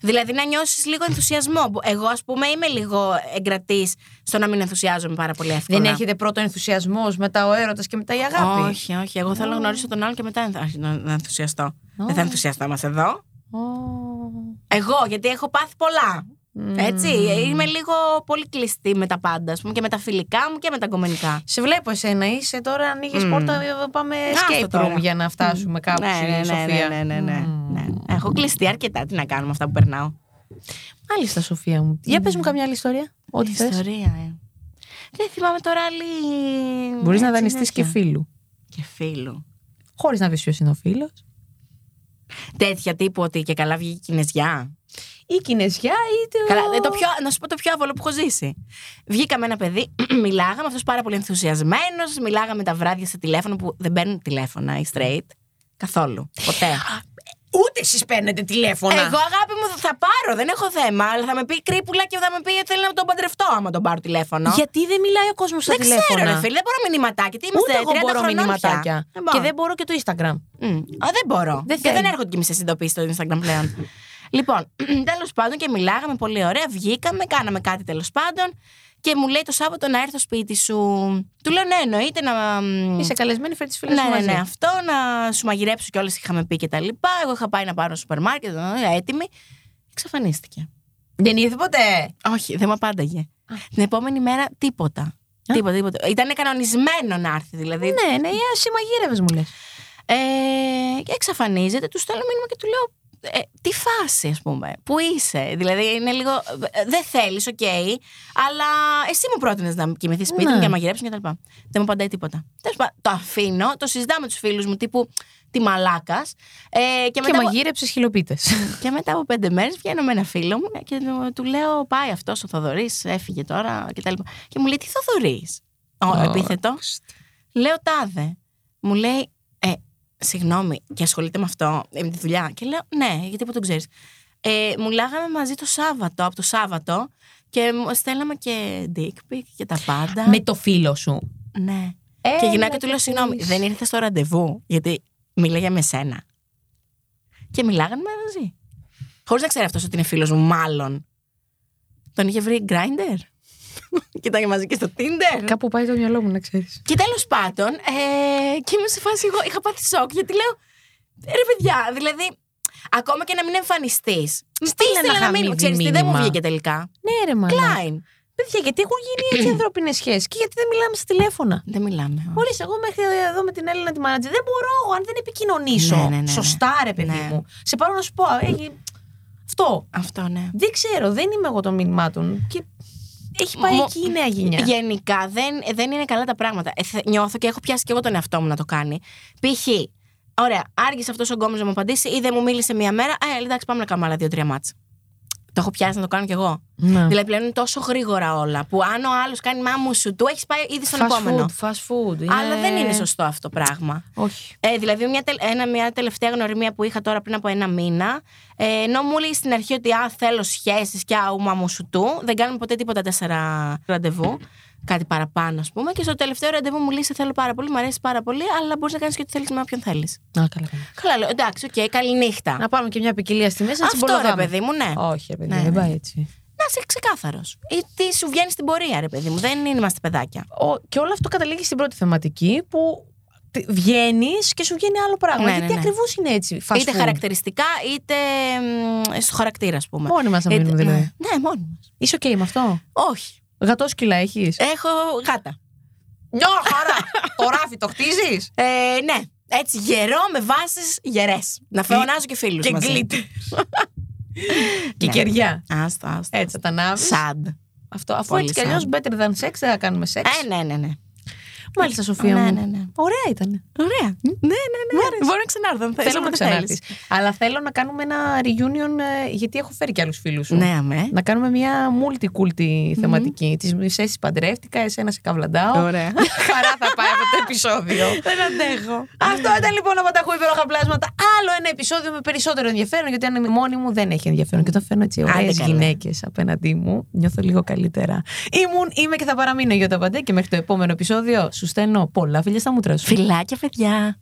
Speaker 2: Δηλαδή να νιώσεις λίγο ενθουσιασμό. Εγώ, ας πούμε, είμαι λίγο εγκρατής στο να μην ενθουσιάζομαι πάρα πολύ εύκολα.
Speaker 1: Δεν έχετε πρώτο ενθουσιασμός, μετά ο έρωτας και μετά η αγάπη.
Speaker 2: Όχι, όχι. Εγώ θέλω να γνωρίσω τον άλλον και μετά ενθ- αρχι- να να ενθουσιαστώ. Δεν θα ενθουσιαστώ μα εδώ. Εγώ, γιατί έχω πάθει πολλά. Έτσι. Είμαι λίγο πολύ κλειστή με τα πάντα, ας πούμε, και με τα φιλικά μου και με τα κομμενικά.
Speaker 1: Σε βλέπω εσένα, είσαι τώρα, ανοίγεις
Speaker 2: Μμμ.
Speaker 1: πόρτα, ε, πάμε
Speaker 2: Αυτό
Speaker 1: escape
Speaker 2: τώρα.
Speaker 1: room για να φτάσουμε κάπου
Speaker 2: Ναι,
Speaker 1: στη
Speaker 2: ναι, ναι,
Speaker 1: Σοφία.
Speaker 2: ναι, ναι, ναι, ναι. ναι. Έχω κλειστεί αρκετά. Τι να κάνουμε αυτά που περνάω.
Speaker 1: Μάλιστα, Σοφία μου. Για πες μου καμιά άλλη ιστορία. Ό,τι θες.
Speaker 2: Ιστορία, ε. Δεν θυμάμαι τώρα άλλη.
Speaker 1: Μπορείς να
Speaker 2: έτσι,
Speaker 1: δανειστείς και
Speaker 2: τέτοια.
Speaker 1: φίλου.
Speaker 2: Και φίλου.
Speaker 1: Χωρίς να βρει ποιος είναι ο φίλος.
Speaker 2: Τέτοια τύπου ότι και καλά βγήκε η Κινεζιά.
Speaker 1: Ή Κινέζια ή. Το...
Speaker 2: Καλά, ε, το πιο, να σου πω το πιο άβολο που έχω ζήσει. Βγήκαμε ένα παιδί, μιλάγαμε, αυτός πάρα πολύ ενθουσιασμένος. Μιλάγαμε τα βράδια σε τηλέφωνο που δεν παίρνουν τηλέφωνα οι straight. Καθόλου. Ποτέ.
Speaker 1: Ούτε εσείς παίρνετε τηλέφωνα.
Speaker 2: Εγώ, αγάπη μου, θα πάρω, δεν έχω θέμα. Αλλά θα με πει κρύπουλα και θα με πει θέλει να τον παντρευτώ άμα τον πάρω τηλέφωνο.
Speaker 1: Γιατί δεν μιλάει ο κόσμος στα
Speaker 2: δεν ξέρω,
Speaker 1: τηλέφωνα.
Speaker 2: ρε φίλε, δεν μπορώ μηνυματάκια. Τι είμαστε,
Speaker 1: Ούτε εγώ
Speaker 2: 30
Speaker 1: μπορώ Ε,
Speaker 2: χρονών
Speaker 1: μηνυματάκια.
Speaker 2: πια. Δεν μπορώ.
Speaker 1: Και δεν μπορώ και το Instagram.
Speaker 2: Μμ. Α, δεν μπορώ.
Speaker 1: Δεν
Speaker 2: και δεν
Speaker 1: θέλει.
Speaker 2: έρχονται και εμεί σε συνειδητοποίηση στο Instagram πλέον. λοιπόν, τέλος πάντων και μιλάγαμε πολύ ωραία. Βγήκαμε, κάναμε κάτι τέλος πάντων. Και μου λέει το Σάββατο να έρθω σπίτι σου. Του λέω ναι, εννοείται να. μ,
Speaker 1: Είσαι καλεσμένη, φέρει τι φίλε
Speaker 2: ναι, ναι, ναι, αυτό, να σου μαγειρέψω κιόλας είχαμε πει και τα λοιπά. Εγώ είχα πάει να πάρω στο σούπερ μάρκετ, ε, έτοιμη. Εξαφανίστηκε.
Speaker 1: Δεν ήρθε ποτέ.
Speaker 2: Όχι, δεν μου απάνταγε. Την επόμενη μέρα τίποτα. Τίποτα, τίποτα. Ήταν κανονισμένο να έρθει, δηλαδή.
Speaker 1: Ναι, ναι, ή εσύ μαγείρευες, μου λες.
Speaker 2: Ε, και εξαφανίζεται, τους στέλνω μήνυμα και του λέω. Ε, τι φάση, ας πούμε. Πού είσαι. Δηλαδή, είναι λίγο. ε, Δεν θέλεις, οκ. αλλά εσύ μου πρότεινες να κοιμηθείς σπίτι
Speaker 1: Ναι.
Speaker 2: μου και να μαγειρέψουμε κτλ. Δεν μου απαντάει τίποτα. Τέλος πάντων, το αφήνω, το συζητάω με τους φίλους μου τύπου τη μαλάκας. Ε, και,
Speaker 1: Και
Speaker 2: μετά από-
Speaker 1: μαγείρεψες χιλοπίτες.
Speaker 2: και μετά από πέντε μέρες βγαίνω με ένα φίλο μου και του- του λέω: Πάει αυτός ο Θοδωρής, έφυγε τώρα κτλ. Και μου λέει: Τι Θοδωρής. Ο επίθετο. Λέω τάδε. Μου λέει: Ε, συγγνώμη, και ασχολείται με αυτό, ε, με τη δουλειά. Και λέω: Ναι, γιατί που τον ξέρεις. Ε, μου λάγαμε μαζί το Σάββατο, από το Σάββατο και μου στέλναμε και dick pic και τα πάντα.
Speaker 1: Με το φίλο σου.
Speaker 2: Ναι.
Speaker 1: Ε,
Speaker 2: και γυρνάω και του λέω: Συγγνώμη, δεν ήρθες στο ραντεβού, γιατί μιλάγε με σένα. Και μιλάγανε μαζί. Χωρίς να ξέρει αυτός ότι είναι φίλος μου, μάλλον. Τον είχε βρει Grindr. Κοιτάγε μαζί και στο Tinder.
Speaker 1: Κάπου πάει το μυαλό μου, να ξέρεις.
Speaker 2: Και τέλος πάντων, ε, και είμαι σε φάση εγώ. Είχα πάθει σοκ γιατί λέω. Ρε παιδιά, δηλαδή. Ακόμα και να μην εμφανιστείς.
Speaker 1: στείλε ένα
Speaker 2: να μην
Speaker 1: χαμίδι
Speaker 2: ξέρεις τι δεν μου
Speaker 1: μήνυμα.
Speaker 2: βγήκε τελικά.
Speaker 1: Ναι, ρε, μάλλον.
Speaker 2: Klein.
Speaker 1: Παιδιά, γιατί έχουν γίνει έτσι ανθρώπινες σχέσεις και γιατί δεν μιλάμε στα τηλέφωνα.
Speaker 2: Δεν μιλάμε. όχι.
Speaker 1: Μπορείς, εγώ μέχρι εδώ με την Έλληνα τη μάνατζερ δεν μπορώ, αν δεν επικοινωνήσω.
Speaker 2: Ναι, ναι, ναι, ναι.
Speaker 1: Σωστά, ρε παιδί
Speaker 2: Ναι.
Speaker 1: μου. Σε πάρω να σου πω. έχει- Αυτό.
Speaker 2: Αυτό ναι.
Speaker 1: Δεν ξέρω, δεν είμαι εγώ των μηνυμάτων. Και έχει πάει
Speaker 2: Μου-
Speaker 1: εκεί η νέα γενιά.
Speaker 2: Γενικά δεν, δεν είναι καλά τα πράγματα. Ε, θε- νιώθω και έχω πιάσει και εγώ τον εαυτό μου να το κάνει. Π.χ. Ωραία, άργησε αυτός ο γκόμενο να μου απαντήσει ή δεν μου μίλησε μία μέρα. Ε, εντάξει, πάμε να κάνουμε άλλα δύο-τρία μάτσα. Το έχω πιάσει να το κάνω κι εγώ.
Speaker 1: Ναι.
Speaker 2: Δηλαδή πλέον είναι τόσο γρήγορα όλα που αν ο άλλος κάνει μάμου σου, του έχεις πάει ήδη στον επόμενο.
Speaker 1: fast food. Ναι.
Speaker 2: Αλλά δεν είναι σωστό αυτό το πράγμα.
Speaker 1: Όχι.
Speaker 2: Ε, δηλαδή, μια, τελ- ένα, μια τελευταία γνωριμία που είχα τώρα πριν από ένα μήνα, ε, ενώ μου λέει στην αρχή ότι α, θέλω σχέσεις και α, ουμα μου σου του, δεν κάνουμε ποτέ τίποτα τέσσερα ραντεβού. Κάτι παραπάνω, ας πούμε. Και στο τελευταίο ραντεβού μου λέει: Σε θέλω πάρα πολύ, μου αρέσει πάρα πολύ, αλλά μπορείς να κάνεις και ό,τι θέλεις με όποιον θέλεις.
Speaker 1: Να, καλά, καλά.
Speaker 2: Καλά, λέω: Εντάξει, οκ, καλή νύχτα.
Speaker 1: Να πάμε και μια ποικιλία στη μέση να τις
Speaker 2: Αυτό ρε
Speaker 1: μπολοδάμε.
Speaker 2: παιδί μου, ναι.
Speaker 1: Όχι, ρε παιδί,
Speaker 2: Ναι,
Speaker 1: δεν
Speaker 2: ναι.
Speaker 1: πάει έτσι.
Speaker 2: Να είσαι ξεκάθαρος. Ή τι σου βγαίνει στην πορεία, ρε παιδί μου. Δεν είμαστε παιδάκια.
Speaker 1: Ο, και όλο αυτό καταλήγει στην πρώτη θεματική που βγαίνεις και σου βγαίνει άλλο πράγμα.
Speaker 2: Ναι,
Speaker 1: γιατί
Speaker 2: ναι, ναι.
Speaker 1: ακριβώς είναι έτσι. Fast
Speaker 2: είτε
Speaker 1: food.
Speaker 2: χαρακτηριστικά, είτε μ, στο χαρακτήρα, ας πούμε.
Speaker 1: Μόνοι μας να
Speaker 2: Είτε-
Speaker 1: μείνουμε δηλαδή.
Speaker 2: Ναι, ναι, μόνοι μας.
Speaker 1: Είσαι οκ με αυτό.
Speaker 2: Όχι.
Speaker 1: Γατό σκυλά έχεις.
Speaker 2: Έχω γάτα.
Speaker 1: Μια χαρά! το ράφι το χτίζεις.
Speaker 2: Ε, ναι. Έτσι γερό με βάσεις γερές. Να φεωνάζω και φίλους.
Speaker 1: Και γκλίτερ.
Speaker 2: ναι,
Speaker 1: Και κεριά.
Speaker 2: Άστα, άστα.
Speaker 1: Έτσι θα τα ανάβεις.
Speaker 2: Σαντ.
Speaker 1: Αυτό, αφού
Speaker 2: Πολύ
Speaker 1: έτσι κι
Speaker 2: σαν.
Speaker 1: αλλιώ better than sex δεν θα κάνουμε σεξ.
Speaker 2: Ε, ναι, ναι, ναι.
Speaker 1: Μάλιστα, Σοφία.
Speaker 2: Ναι,
Speaker 1: μου.
Speaker 2: ναι, ναι.
Speaker 1: Ωραία ήταν.
Speaker 2: Ωραία.
Speaker 1: Ναι, ναι, ναι.
Speaker 2: Μπορεί να ξανάρθω. αν θες,
Speaker 1: Θέλω να
Speaker 2: όποτε
Speaker 1: ξανάρθει.
Speaker 2: θέλεις.
Speaker 1: Αλλά θέλω να κάνουμε ένα reunion, ε, γιατί έχω φέρει και άλλους φίλους σου.
Speaker 2: Ναι, αμέ.
Speaker 1: Να κάνουμε μια multi-culti θεματική. Τις μισές παντρεύτηκα, εσένα σε καβλαντάω.
Speaker 2: Ωραία.
Speaker 1: Χαρά θα πάει αυτό το επεισόδιο.
Speaker 2: Δεν αντέχω.
Speaker 1: Αυτό ήταν λοιπόν από τα χου υπέροχα πλάσματα. Άλλο ένα επεισόδιο με περισσότερο ενδιαφέρον, γιατί αν είμαι μόνη μου δεν έχει ενδιαφέρον. Και όταν φέρνω έτσι ωραίες
Speaker 2: Άντε καλά.
Speaker 1: γυναίκες απέναντί μου, νιώθω λίγο καλύτερα. Ήμουν, είμαι και θα παραμείνω Γιώτα Παντέ και μέχρι το επόμενο επεισόδιο σου στέλνω πολλά φιλιά στα μούτρα σου.
Speaker 2: Φιλάκια, παιδιά.